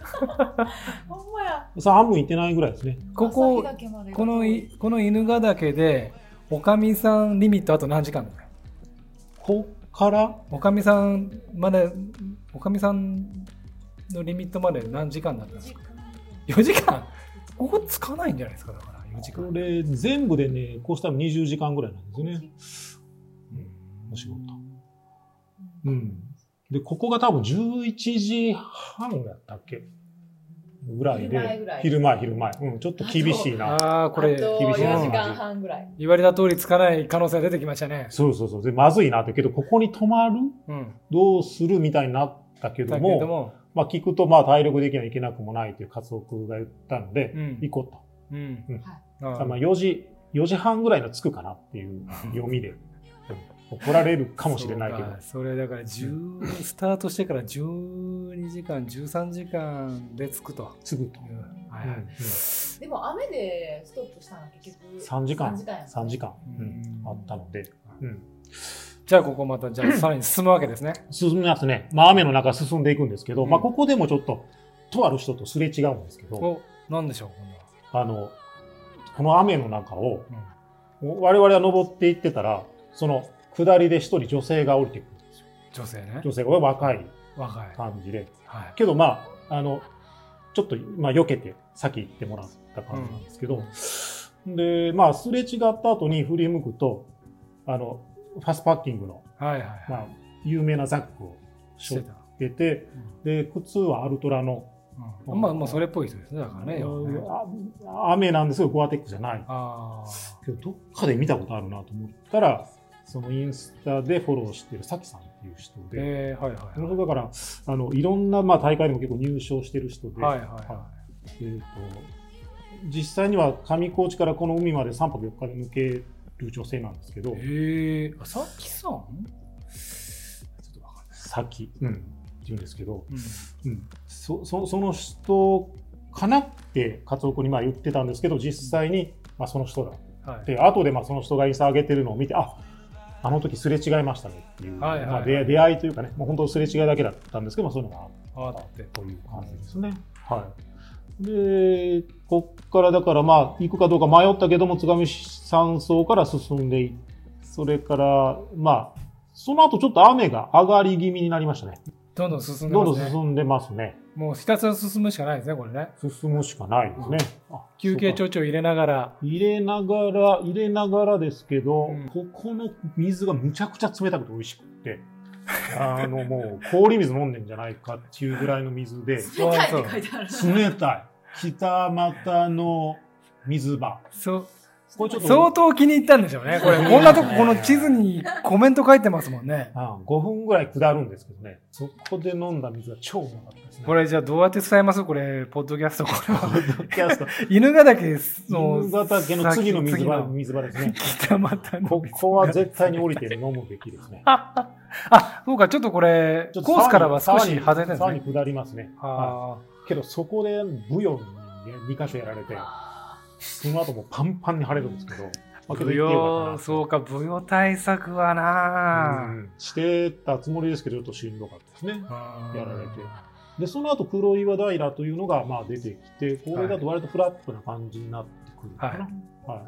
[SPEAKER 2] ほんまや。
[SPEAKER 3] さあ、半分行ってないぐらいですね。
[SPEAKER 1] ここ
[SPEAKER 2] 朝日岳まで
[SPEAKER 1] このい、この犬ヶ岳で、おかみさんリミットあと何時間だね
[SPEAKER 3] こっから、
[SPEAKER 1] おかみさんまで、おかみさんのリミットまで何時間だったんですか ?4 時間ここつかないんじゃないですか、だから4時間。
[SPEAKER 3] これ、全部でね、こうしたら20時間ぐらいなんですね。お仕事。うん。で、ここが多分11時半だったっけぐらい
[SPEAKER 2] 昼前ぐ
[SPEAKER 3] で
[SPEAKER 2] ら、い
[SPEAKER 3] 昼前、昼前。うん、ちょっと厳しいな。
[SPEAKER 1] ああ、これ
[SPEAKER 2] あ、と
[SPEAKER 3] 厳しいな
[SPEAKER 2] 4時間半ぐらい。
[SPEAKER 1] 言われた通りつかない可能性が出てきましたね。
[SPEAKER 3] そうそうそう。で、まずいなって、けど、ここに泊まる
[SPEAKER 1] うん。
[SPEAKER 3] どうするみたいになったけど
[SPEAKER 1] だけれど
[SPEAKER 3] も、
[SPEAKER 1] も、
[SPEAKER 3] まあ聞くと、まあ体力的にはいけなくもないという活動が言ったので
[SPEAKER 1] う、ん。
[SPEAKER 3] 行こうと。
[SPEAKER 1] うん
[SPEAKER 3] うん
[SPEAKER 1] あ
[SPEAKER 3] ま
[SPEAKER 1] ー
[SPEAKER 3] あ4時、4時半ぐらいの着くかなっていう読みで、うん怒られるかもしれないけど
[SPEAKER 1] そう、かそれだから10スタートしてから12時間13時間で着くと
[SPEAKER 3] すぐと
[SPEAKER 1] い。う、は
[SPEAKER 3] う
[SPEAKER 1] い
[SPEAKER 3] ん
[SPEAKER 1] はい
[SPEAKER 2] でも雨でストップしたのは結局
[SPEAKER 3] 3時間、
[SPEAKER 2] 3時間やった
[SPEAKER 3] 3時間、
[SPEAKER 1] う
[SPEAKER 3] うんんあったので、うん
[SPEAKER 1] じゃあここまたじゃあさらに進むわけですね
[SPEAKER 3] 進みますね。まあ雨の中進んでいくんですけど、
[SPEAKER 1] うん
[SPEAKER 3] まあここでもちょっと、とある人とすれ違うんですけど、
[SPEAKER 1] おなんでしょうこんな
[SPEAKER 3] あの、この雨の中を
[SPEAKER 1] うん、
[SPEAKER 3] 我々は登っていってたら、その下りで一人女性が降りてくるんですよ。
[SPEAKER 1] 女性ね
[SPEAKER 3] 女性が若い
[SPEAKER 1] 若い、
[SPEAKER 3] 感じで。
[SPEAKER 1] はい
[SPEAKER 3] けどまあ、あの、ちょっと、まあ、避けて、先行ってもらった感じなんですけど、で、まあ、すれ違った後に振り向くと、あの、ファストパッキングの、
[SPEAKER 1] はいはいはい
[SPEAKER 3] まあ、有名なザックを
[SPEAKER 1] し
[SPEAKER 3] 背
[SPEAKER 1] て
[SPEAKER 3] 負
[SPEAKER 1] た、
[SPEAKER 3] ってて、で、靴はアルトラの、
[SPEAKER 1] うん、まあまあそれっぽい人ですねだからね要はね
[SPEAKER 3] あ雨なんですよ、ゴアテックじゃない。
[SPEAKER 1] あ
[SPEAKER 3] けど、どっかで見たことあるなと思ったら、そのインスタでフォローしてるサキさんっていう人
[SPEAKER 1] ー
[SPEAKER 3] で、
[SPEAKER 1] えー、はいはい
[SPEAKER 3] その人だから、あの、いろんな、まあ、大会でも結構入賞してる人で、
[SPEAKER 1] はいはいは
[SPEAKER 3] えー、と実際には上高地からこの海まで3泊4日で抜ける女性なんですけど
[SPEAKER 1] いへえー、あさっきさんちょっとわかんない、
[SPEAKER 3] 先、うん、って言うんですけど、
[SPEAKER 1] うん
[SPEAKER 3] うん、そそその人かなってカツオ君にまあ言ってたんですけど実際にまあその人だ
[SPEAKER 1] はい
[SPEAKER 3] で後でまあその人がインスタ上げてるのを見てああの時すれ違いましたねっていう、
[SPEAKER 1] はいはいはい
[SPEAKER 3] まあ、出出会いというかね、もう本当すれ違いだけだったんですけど、まあ、そういうのがあっ
[SPEAKER 1] あって
[SPEAKER 3] という感じですね。はい。で、こっからだからまあ、行くかどうか迷ったけども、津上山荘から進んでいそれから、まあ、その後ちょっと雨が上がり気味になりましたね。
[SPEAKER 1] どんどん進んで
[SPEAKER 3] どん
[SPEAKER 1] ま
[SPEAKER 3] どん
[SPEAKER 1] すね
[SPEAKER 3] 進んでますね。
[SPEAKER 1] もうひたすら進むしかないですね、これね。
[SPEAKER 3] 進むしかないですね。あ
[SPEAKER 1] 休憩
[SPEAKER 3] そうか
[SPEAKER 1] ちょいちょい入れながら。
[SPEAKER 3] 入れながら、入れながらですけど、
[SPEAKER 1] うん
[SPEAKER 3] ここの水がむちゃくちゃ冷たくて美味しくって、あのもう氷水飲んでんじゃないかっていうぐらいの水で、
[SPEAKER 1] そう
[SPEAKER 2] たいっ
[SPEAKER 1] そう
[SPEAKER 2] て書いてある。
[SPEAKER 3] 冷たい。北股の水場。
[SPEAKER 1] そう
[SPEAKER 3] これちょっと、
[SPEAKER 1] 相当気に入ったんでしょうね。これ、こんなとここの地図にコメント書いてますもんね。
[SPEAKER 3] あ5分ぐらい下るんですけどね、そこで飲んだ水が超うまかったですね。
[SPEAKER 1] これじゃあどうやって伝えますこれ、ポッドキャスト、これは。
[SPEAKER 3] ポッドキ ャスト、
[SPEAKER 1] 犬ヶ岳の、
[SPEAKER 3] 新潟県の次の水場
[SPEAKER 1] 先
[SPEAKER 3] 水場ですね。
[SPEAKER 1] 次の北俣の
[SPEAKER 3] ここは絶対に降りて飲むべきですね。
[SPEAKER 1] あ、そうか、ちょっとこれ、
[SPEAKER 3] ちょっと
[SPEAKER 1] コースからは少し外れてるんで
[SPEAKER 3] 沢
[SPEAKER 1] すね。
[SPEAKER 3] に沢に下りますね。は
[SPEAKER 1] あ
[SPEAKER 3] いけど、そこでブヨンに2箇所やられて、その後もパンパンに腫れるんですけど、
[SPEAKER 1] あ、
[SPEAKER 3] まあけど
[SPEAKER 1] 舞
[SPEAKER 3] 行ってよかった
[SPEAKER 1] 踊、
[SPEAKER 3] な
[SPEAKER 1] そうか、舞踊対策は
[SPEAKER 3] う
[SPEAKER 1] なあ
[SPEAKER 3] んしてたつもりですけど、ちょっとしんどかったですね。
[SPEAKER 1] あー
[SPEAKER 3] やられて。で、その後黒岩平というのがまあ出てきて、これだと割とフラットな感じになってくるのかな。はい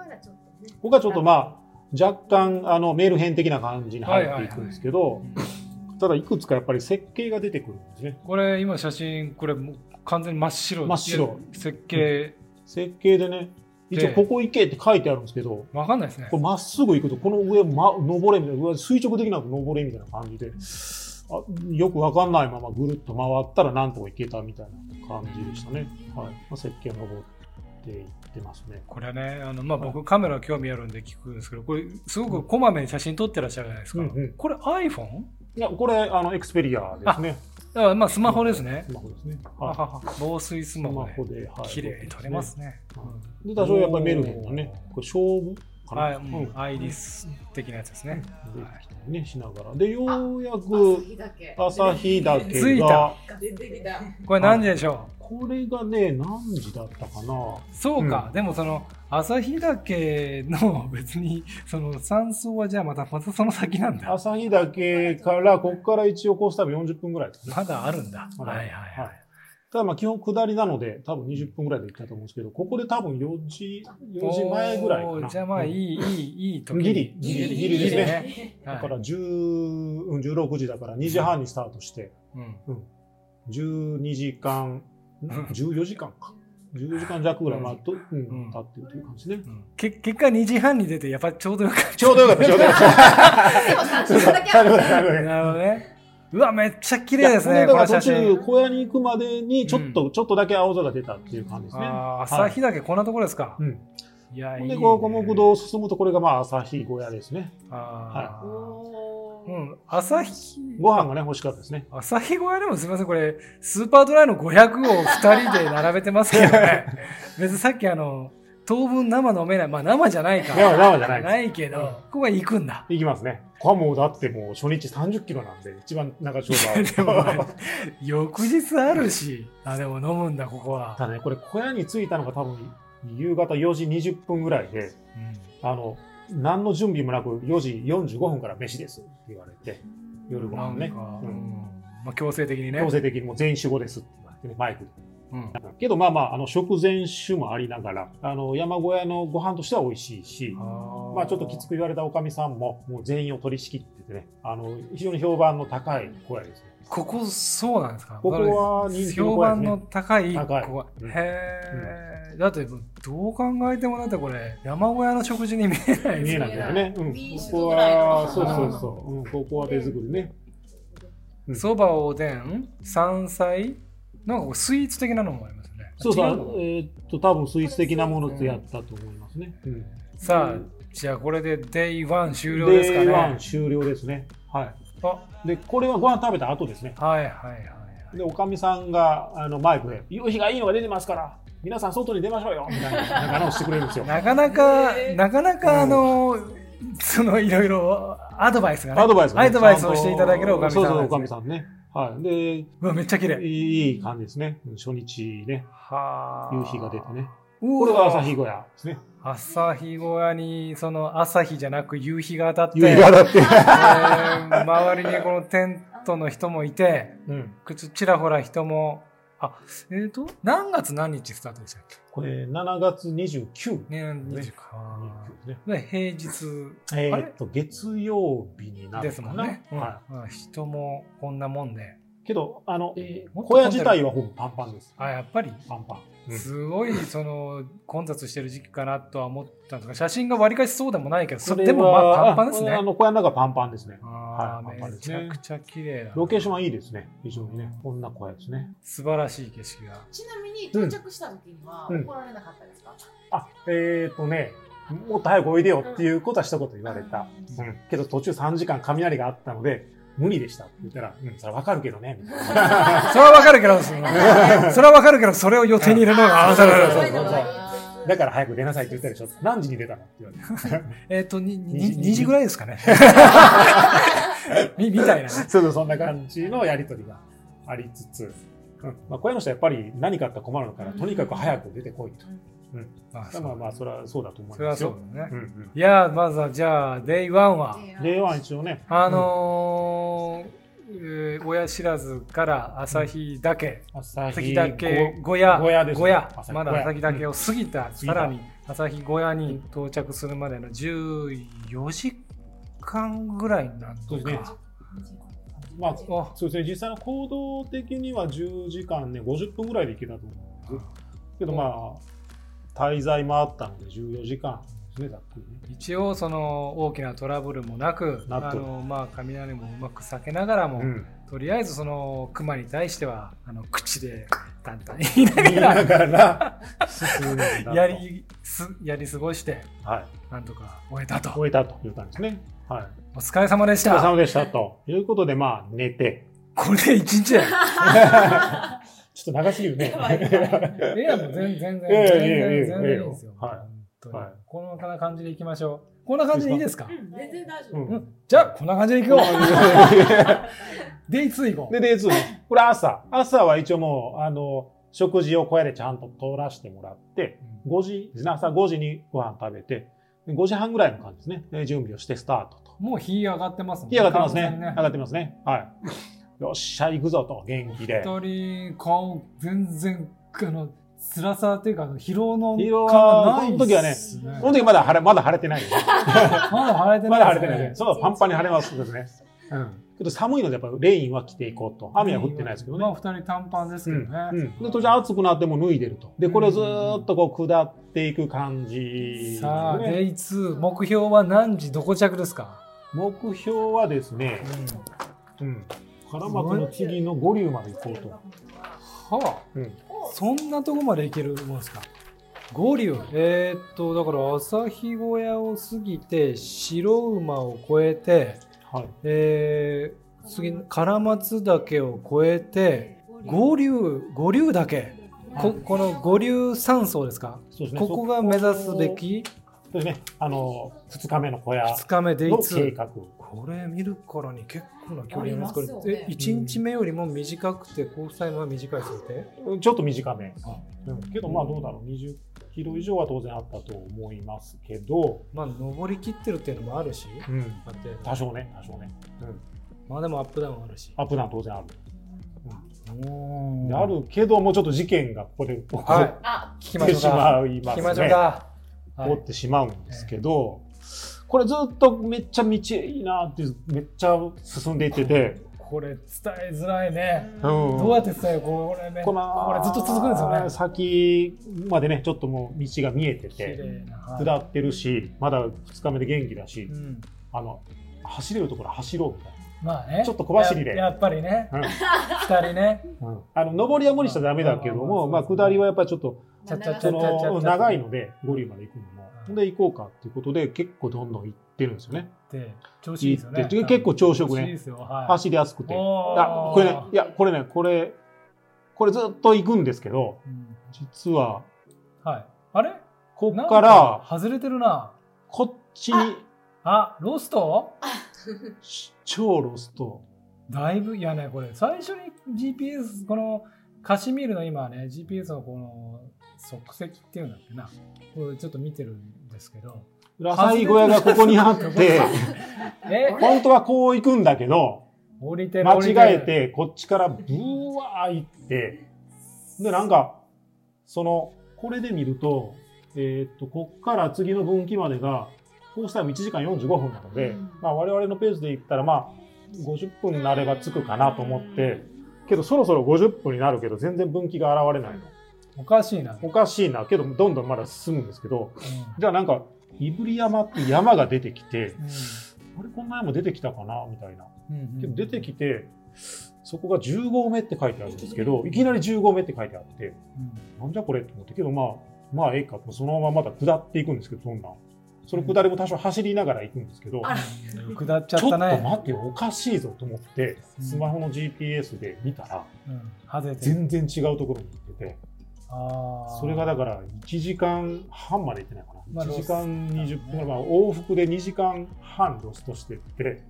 [SPEAKER 4] まだちょっとね。
[SPEAKER 3] 僕はちょっとまあ、若干あのメール編的な感じに入っていくんですけど、ただいくつかやっぱり設計が出てくるんですね。
[SPEAKER 1] これ、今写真、これ、もう完全に真っ白
[SPEAKER 3] 真っ白。
[SPEAKER 1] 設計、
[SPEAKER 3] 設計でね、一応
[SPEAKER 1] で
[SPEAKER 3] ここ行けって書いてあるんですけど、
[SPEAKER 1] わかんないですね
[SPEAKER 3] こ。れまっすぐ行くと、この上、ま、登れみたいな、上垂直的なの登れみたいな感じで、あよくわかんないままぐるっと回ったらなんとか行けたみたいな感じでしたね。はい。まあ、設計は登っていってますね。
[SPEAKER 1] これね、あの、まあ、僕、カメラ興味あるんで聞くんですけど、これ、すごくこまめに写真撮ってらっしゃるじゃないですか。
[SPEAKER 3] うんうん
[SPEAKER 1] これ iPhone?
[SPEAKER 3] いや、これ、あの、エクスペリアですね。
[SPEAKER 1] だからまあ、スマホですね
[SPEAKER 3] ス。マホですね。
[SPEAKER 1] あは
[SPEAKER 3] は
[SPEAKER 1] は防水ス
[SPEAKER 3] い。ス
[SPEAKER 1] マ
[SPEAKER 3] マ
[SPEAKER 1] ホで
[SPEAKER 3] ホ。で、はい。
[SPEAKER 1] 綺麗に撮れますね。
[SPEAKER 3] で、多少やっぱりメルヘンのね、これ勝負かな、
[SPEAKER 1] はい、
[SPEAKER 3] う
[SPEAKER 1] うんん、アイリス的なやつですね。
[SPEAKER 3] 出てきたりね、しながら。で、ようや
[SPEAKER 2] 朝
[SPEAKER 3] く
[SPEAKER 2] 日だけ。
[SPEAKER 3] 朝日
[SPEAKER 1] 着
[SPEAKER 3] 岳
[SPEAKER 1] い
[SPEAKER 3] が
[SPEAKER 1] た、
[SPEAKER 2] 出てきた。
[SPEAKER 1] これ何時でしょ
[SPEAKER 3] これがね、何時だったかな。
[SPEAKER 1] うそうか、でもその、旭岳の 別に、その山荘はじゃあまた、またその先なんだ。
[SPEAKER 3] 朝日岳から、ここから一応コースタイム40分ぐらいですね。
[SPEAKER 1] まだあるんだ。
[SPEAKER 3] まだ
[SPEAKER 1] はいはいは
[SPEAKER 3] はい
[SPEAKER 1] い。
[SPEAKER 3] ただまあ基本下りなので、多分20分ぐらいで行ったと思うんですけど、ここで多分4時、4時前ぐらいか
[SPEAKER 1] お
[SPEAKER 3] な。
[SPEAKER 1] ーじゃあまあ、い
[SPEAKER 3] うん
[SPEAKER 1] い、いい、いい時。
[SPEAKER 3] ギリギリギリですね
[SPEAKER 1] ね。
[SPEAKER 3] だ
[SPEAKER 1] だ
[SPEAKER 3] か
[SPEAKER 1] から、
[SPEAKER 3] ら10うん16時だから2時半にスタートして、
[SPEAKER 1] うん。
[SPEAKER 3] 12時 間、ん14時間か。14時間弱ぐらい、まあ、と、うん、経ってるという感じね。
[SPEAKER 1] うんけ結果2時半に出て、やっぱちょうどよかっ
[SPEAKER 3] ちょうどよか った、ちょうどよかった。
[SPEAKER 4] でもさ、それだけ
[SPEAKER 3] なる
[SPEAKER 4] は
[SPEAKER 3] ほどなるほ
[SPEAKER 1] た。
[SPEAKER 3] ど
[SPEAKER 1] なるほどね。うわ、めっちゃ綺麗ですね、
[SPEAKER 3] いやこ
[SPEAKER 1] こ
[SPEAKER 3] れだ
[SPEAKER 1] の
[SPEAKER 3] か
[SPEAKER 1] 写
[SPEAKER 3] ら途中、
[SPEAKER 1] 真。
[SPEAKER 3] 小屋に行くまでに、ちょっと、ちょっとだけ青空が出たっていう感じですね。
[SPEAKER 1] あー旭岳、こんなところですか。
[SPEAKER 3] うん。
[SPEAKER 1] いや、いい、
[SPEAKER 3] で、
[SPEAKER 1] ね。
[SPEAKER 3] こう、五目堂を進むと、これがまあ、朝日小屋ですね。
[SPEAKER 1] あー
[SPEAKER 2] お
[SPEAKER 1] う
[SPEAKER 2] ー。
[SPEAKER 1] ん、朝日、
[SPEAKER 3] ご飯がね、欲しかったですね。
[SPEAKER 1] 朝日小屋でもすみません、これ、スーパードライの500を2人で並べてますけどね。別にさっきあの、当分生飲めない。まあ生じゃないか。
[SPEAKER 3] 生生じゃないです
[SPEAKER 1] ないけど、ここは行くんだ。
[SPEAKER 3] 行きますね。ここはもう、だってもう、初日30キロなんで、一番長丁
[SPEAKER 1] でも
[SPEAKER 3] 場。
[SPEAKER 1] 翌日あるし、あ、でも飲むんだ、ここは。
[SPEAKER 3] ただね、これ、小屋に着いたのが多分、夕方4時20分ぐらいで、あの、何の準備もなく、4時45分から飯ですって言われて、夜
[SPEAKER 1] うん、
[SPEAKER 3] ご
[SPEAKER 1] な
[SPEAKER 3] 飯
[SPEAKER 1] ん
[SPEAKER 3] ね。
[SPEAKER 1] か、
[SPEAKER 3] う
[SPEAKER 1] うんんまあ強制的にね。
[SPEAKER 3] 強制的にもう全員集合ですって言われてね、マイクで。
[SPEAKER 1] うん
[SPEAKER 3] けどまあまあ、あの食前酒もありながら、あの山小屋のご飯としては美味しいし、まあちょっときつく言われたおかみさんも、もう全員を取り仕切っててね、あの非常に評判の高い小屋ですね。
[SPEAKER 1] ここ、そうなんですか
[SPEAKER 3] ここは人気の
[SPEAKER 1] 評
[SPEAKER 3] 小屋
[SPEAKER 1] 判
[SPEAKER 3] です
[SPEAKER 1] の
[SPEAKER 3] ね。
[SPEAKER 1] 高い
[SPEAKER 3] 高い
[SPEAKER 1] ここ
[SPEAKER 3] うん
[SPEAKER 1] へえ、だってもうどう考えてもだってこれ山小屋の食事に見えない
[SPEAKER 3] 見
[SPEAKER 1] です
[SPEAKER 3] えな
[SPEAKER 1] よ
[SPEAKER 3] いん
[SPEAKER 1] ね
[SPEAKER 3] だよね。うん、こ
[SPEAKER 2] 民主
[SPEAKER 3] こ
[SPEAKER 2] ぐらいの
[SPEAKER 3] は、そうそうそう、うん、ここは手作りね。うん
[SPEAKER 1] そばおでん山菜なんかこうスイーツ的なのもありますよね
[SPEAKER 3] そう
[SPEAKER 1] 違
[SPEAKER 3] そう
[SPEAKER 1] の、
[SPEAKER 3] えーっと、多分スイーツ的なものってやったと思いますね。うん、
[SPEAKER 1] さあじゃあこれで Day1 終了ですかね
[SPEAKER 3] Day one 終了ですね。は
[SPEAKER 1] あ
[SPEAKER 3] い。で、これはご飯食べた後ですね。
[SPEAKER 1] はいはいはい
[SPEAKER 3] で、おかみさんがあのマイクで、夕日がいいのが出てますから、皆さん外に出ましょうよみたいななんかアナウンスしてくれるんですよ
[SPEAKER 1] はい。なかなか、
[SPEAKER 2] えー
[SPEAKER 1] なかなかあの、そのいろいろアドバイスがね
[SPEAKER 3] アドバイス、ね、
[SPEAKER 1] アドバイスをしていただけるおかみさん
[SPEAKER 3] そうそう、
[SPEAKER 1] な
[SPEAKER 3] お
[SPEAKER 1] んです
[SPEAKER 3] かみ
[SPEAKER 1] ね
[SPEAKER 3] さんね。はい。で、
[SPEAKER 1] うわめっちゃ綺麗
[SPEAKER 3] いい感じですね。うん初日ね、
[SPEAKER 1] はあ
[SPEAKER 3] 夕日が出てね。
[SPEAKER 1] こ
[SPEAKER 3] これが朝日小屋ですね。
[SPEAKER 1] 朝日小屋にその朝日じゃなく夕日が当たって
[SPEAKER 3] 夕日がだって。
[SPEAKER 1] えー周りにこのテントの人もいて
[SPEAKER 3] うん。
[SPEAKER 1] 靴ちらほら人もあえっ、と何月何日スタートでしたっけ
[SPEAKER 3] これ、7月29日
[SPEAKER 1] ね
[SPEAKER 3] ね
[SPEAKER 1] 20か
[SPEAKER 3] ですね。
[SPEAKER 1] で平日
[SPEAKER 3] えーっと、月曜日になる
[SPEAKER 1] です
[SPEAKER 3] か
[SPEAKER 1] もん
[SPEAKER 3] な。
[SPEAKER 1] ね、うん
[SPEAKER 3] は
[SPEAKER 1] まあ人もこんなもんで
[SPEAKER 3] い。けど、あの、
[SPEAKER 1] えーもっと
[SPEAKER 3] 小屋自体はほぼパンパンです。
[SPEAKER 1] あやっぱり
[SPEAKER 3] パンパン。うん
[SPEAKER 1] すごいその混雑してる時期かなとは思ったんですが写真がわりかしそうでもないけどそれでもまあパンパンです
[SPEAKER 3] ああ
[SPEAKER 1] ね
[SPEAKER 3] の、小屋の中パンパンですね。
[SPEAKER 1] あ
[SPEAKER 3] はいパン
[SPEAKER 1] ー
[SPEAKER 3] パ
[SPEAKER 1] め
[SPEAKER 3] ンです
[SPEAKER 1] ち
[SPEAKER 3] ね
[SPEAKER 1] ゃくちゃ綺麗だ
[SPEAKER 3] ロケーションはいいですね。非常にね。こんな小屋ですね。
[SPEAKER 1] 素晴らしい景色が
[SPEAKER 2] ちなみに到着した時には
[SPEAKER 3] うん
[SPEAKER 2] 怒られなかったですか、
[SPEAKER 3] あ、えっ、とね、もっと早くおいでよっていうことは一言言われた。
[SPEAKER 2] う
[SPEAKER 3] うんん。けど途中3時間雷があったので、無理でしたって言ったら、うん、それはわかるけどね。みたいな
[SPEAKER 1] それはわかるけどそのそれはわかるけどそれを予定に入れるのがあ
[SPEAKER 2] あ
[SPEAKER 1] な
[SPEAKER 2] ー
[SPEAKER 1] ただ
[SPEAKER 3] そうそうそうそう
[SPEAKER 2] あー
[SPEAKER 3] だから早く出なさいって言ったでしょ。何時に出たのって言われて。
[SPEAKER 1] えっ、と、に、に、
[SPEAKER 3] に
[SPEAKER 1] 2時ぐらいですかね。 み、み たいなね。
[SPEAKER 3] そうそう、そんな感じのやりとりがありつつ、うんまあ、小屋の人はやっぱり何かあったら困るから、とにかく早く出てこいと。
[SPEAKER 1] まあ、
[SPEAKER 3] まあ
[SPEAKER 1] そ
[SPEAKER 3] まあ、それはそうだと思い
[SPEAKER 1] れは
[SPEAKER 3] ます
[SPEAKER 1] そう
[SPEAKER 3] よ。
[SPEAKER 1] だね。
[SPEAKER 3] うんうん
[SPEAKER 1] いやー、まずは、じゃあ、デイワンは、
[SPEAKER 3] 令和は一応ね、
[SPEAKER 1] あのーえー親知らずから朝日岳、
[SPEAKER 3] 朝
[SPEAKER 1] 朝
[SPEAKER 3] 日
[SPEAKER 1] 日岳小屋、
[SPEAKER 3] 小屋ですね
[SPEAKER 1] 小屋
[SPEAKER 3] 朝日
[SPEAKER 1] ま
[SPEAKER 3] 小
[SPEAKER 1] だ
[SPEAKER 3] 屋
[SPEAKER 1] 朝日岳を過ぎた、
[SPEAKER 3] ぎ
[SPEAKER 1] さ
[SPEAKER 3] た
[SPEAKER 1] らに朝日小屋に到着するまでの14時間ぐらいになる
[SPEAKER 3] そう
[SPEAKER 1] の
[SPEAKER 3] ですね
[SPEAKER 1] か。
[SPEAKER 3] まあ、
[SPEAKER 1] あ
[SPEAKER 3] そうですね、実際の行動的には10時間ね、50分ぐらいで行けたと思うんですけど、まあ、滞在もあったので、14時間ですね、ざっくりね。
[SPEAKER 1] 一応その大きなトラブルもなく
[SPEAKER 3] なく
[SPEAKER 1] あの、まあ、雷もうまく避けながらも、
[SPEAKER 3] うん、
[SPEAKER 1] とりあえずその熊に対してはあの口で淡々言いな
[SPEAKER 3] 言い
[SPEAKER 1] が
[SPEAKER 3] なが ら進んだと
[SPEAKER 1] らやりすやり過ごして
[SPEAKER 3] はい、
[SPEAKER 1] なんとか終えたと
[SPEAKER 3] 終えたという感じですね。はい、
[SPEAKER 1] お疲れ様でし
[SPEAKER 3] お疲れ
[SPEAKER 1] た
[SPEAKER 3] 様でしたということで、まあ、寝て、
[SPEAKER 1] これで一日 だよ
[SPEAKER 3] ちょっと長すぎるね。
[SPEAKER 4] やばいやばい
[SPEAKER 1] いやもう全然全然
[SPEAKER 3] い
[SPEAKER 1] 全
[SPEAKER 3] やいや
[SPEAKER 1] 然
[SPEAKER 3] いやいや
[SPEAKER 1] 全然いいですよ、
[SPEAKER 3] はい
[SPEAKER 1] 本当に
[SPEAKER 3] はい
[SPEAKER 1] こんな感じでいきましょうこんな感じでいいですか
[SPEAKER 2] うん全然大丈
[SPEAKER 3] う
[SPEAKER 2] 夫。
[SPEAKER 1] うんん、じゃあこんな感じでいくよデイツイゴン
[SPEAKER 3] で、デイ2ね。これ朝。朝は一応もう、あの、食事を小屋でちゃんと取らせてもらって、5時、朝5時にご飯食べて、で5時半ぐらいの感じですね。で準備をしてスタートと。
[SPEAKER 1] もう日上がってますもん
[SPEAKER 3] 火上がってますね
[SPEAKER 1] 完。全
[SPEAKER 3] 上がってますね。はい。よっしゃ、行くぞと、元気で。
[SPEAKER 1] 本当に顔全然あの辛さっていうかあの疲労の
[SPEAKER 3] 疲労
[SPEAKER 1] 感がないっす
[SPEAKER 2] この時はね
[SPEAKER 3] その時まだ晴れ、まだ晴れ てないよね。
[SPEAKER 1] まだ晴れてな
[SPEAKER 3] ま
[SPEAKER 1] い
[SPEAKER 3] だ晴れてないね。
[SPEAKER 1] です
[SPEAKER 3] そのパンパンに晴れますですね。うん。けど寒いので、やっぱりレインは着ていこうと。雨は降ってないですけどね
[SPEAKER 1] まあ。二人短パンですけどね、
[SPEAKER 3] うん、で途中暑くなっても脱いでるとでこれをずーっとこう下っていく感じ、ね、
[SPEAKER 1] さあ、デイ2目標は何時どこ着ですか、
[SPEAKER 3] 目標はですね、うん、カラマクの次の五竜まで行こうと、
[SPEAKER 1] はあ、
[SPEAKER 3] うん
[SPEAKER 1] そんなとこまで行けるもんですか五竜えーっとだから朝日小屋を過ぎて白馬を越えて
[SPEAKER 3] はい、
[SPEAKER 1] えー、次唐松岳を越えて五竜五竜岳ここの五竜山荘ですか
[SPEAKER 3] そうですね
[SPEAKER 1] ここが目指すべき
[SPEAKER 3] そそうですねあの2日目の小屋
[SPEAKER 1] 2日目でい
[SPEAKER 3] の計
[SPEAKER 1] つ
[SPEAKER 3] 画
[SPEAKER 1] これ見るからに結構な距離ありますこれ
[SPEAKER 2] ありますよ
[SPEAKER 1] え
[SPEAKER 2] ね
[SPEAKER 1] 1日目よりも短くて交際も短いそうで
[SPEAKER 3] ちょっと短め
[SPEAKER 1] あ、
[SPEAKER 3] うん、けどまあどうだろう20キロ以上は当然あったと思いますけど、
[SPEAKER 1] まあ登りきってるっていうのもあるし
[SPEAKER 3] うん、
[SPEAKER 1] だって
[SPEAKER 3] 多少ね多少ね
[SPEAKER 1] まあでもアップダウンはあるし
[SPEAKER 3] アップダウン当然ある、
[SPEAKER 1] お
[SPEAKER 3] であるけどもうちょっと事件がここで起こ
[SPEAKER 1] はい
[SPEAKER 2] あ、
[SPEAKER 1] 聞きま
[SPEAKER 3] っ
[SPEAKER 1] し
[SPEAKER 3] て
[SPEAKER 1] ょう
[SPEAKER 3] し
[SPEAKER 1] か
[SPEAKER 3] まいま
[SPEAKER 1] 聞
[SPEAKER 3] す
[SPEAKER 1] き
[SPEAKER 3] ね
[SPEAKER 1] ましょうか、はい
[SPEAKER 3] 思ってしまうんですけど、これずっとめっちゃ道いいなってめっちゃ進んでいってて、
[SPEAKER 1] これ伝えづらいね、
[SPEAKER 3] うん
[SPEAKER 1] どうやって伝えようこれね
[SPEAKER 3] こ
[SPEAKER 1] これずっと続くんですよね
[SPEAKER 3] 先までねちょっともう道が見えて
[SPEAKER 1] 綺
[SPEAKER 3] て
[SPEAKER 1] 麗な
[SPEAKER 3] 下ってるしまだ2日目で元気だし、
[SPEAKER 1] うん
[SPEAKER 3] あの走れるところ走ろうみたい
[SPEAKER 1] まあね
[SPEAKER 3] ちょっと小走りで
[SPEAKER 1] ややっぱりね
[SPEAKER 3] な、
[SPEAKER 1] 二人ね
[SPEAKER 3] うんあの上りは無理しちゃダメだけども、
[SPEAKER 1] ま
[SPEAKER 3] ま
[SPEAKER 1] あ
[SPEAKER 3] あ、
[SPEAKER 1] まあまあ
[SPEAKER 3] 下りはやっぱりちょっと
[SPEAKER 1] ちゃちゃち
[SPEAKER 3] そ
[SPEAKER 1] ゃちゃちゃ
[SPEAKER 3] の長いので五竜まで行くのもほんで行こうかっていうことで結構どんどん行ってるんですよね
[SPEAKER 1] で調子いいですよね
[SPEAKER 3] でで結構朝食ね
[SPEAKER 1] 調子いいですよはい
[SPEAKER 3] 走りやすくて
[SPEAKER 1] おー
[SPEAKER 3] あこれねいやこれねこれこれずっと行くんですけど
[SPEAKER 1] うん
[SPEAKER 3] 実は
[SPEAKER 1] はいあれ
[SPEAKER 3] こ
[SPEAKER 1] なん
[SPEAKER 3] っから
[SPEAKER 1] 外れてるな
[SPEAKER 3] こっちに
[SPEAKER 1] あロスト
[SPEAKER 3] 超ロスト
[SPEAKER 1] だいぶいやねこれ最初に GPS このカシミールの今ね GPS のこの即席っていうんだっけなこれちょっと見てるんですけど
[SPEAKER 3] ラサイ小屋がここにあ って
[SPEAKER 1] え
[SPEAKER 3] 本当はこう行くんだけど
[SPEAKER 1] 降りてる
[SPEAKER 3] 間
[SPEAKER 1] 降り
[SPEAKER 3] 違え
[SPEAKER 1] る
[SPEAKER 3] てこっちからブワー行ってでなんかそのこれで見るとえーっとこっから次の分岐までがこうしたら1時間45分なので、
[SPEAKER 2] うん
[SPEAKER 3] まあ、我々のペースで行ったらまあ50分なれば着くかなと思ってけどそろそろ50分になるけど全然分岐が現れないの
[SPEAKER 1] おかしいな。
[SPEAKER 3] おかしいなけどどんどんまだ進むんですけどじゃあなんか胆振山って山が出てきてあれこんな山出てきたかなみたいなけど出てきてそこが10合目って書いてあるんですけどいきなり10合目って書いてあってなんじゃこれと思ってけどまあまあええかとそのまままだ下っていくんですけどどんなんその下りも多少走りながら行くんですけど、
[SPEAKER 4] あら
[SPEAKER 1] うん下っちゃっ
[SPEAKER 3] ちょったと
[SPEAKER 1] ね。
[SPEAKER 3] 待ってよおかしいぞと思ってスマホの GPS で見たら
[SPEAKER 1] うん外れて。
[SPEAKER 3] 全然違うところに行ってて
[SPEAKER 1] あー
[SPEAKER 3] それがだから1時間半まで行ってないか
[SPEAKER 1] ま
[SPEAKER 3] な
[SPEAKER 1] あ
[SPEAKER 3] 1時間20分ぐらいまあ往復で2時間半ロストしてって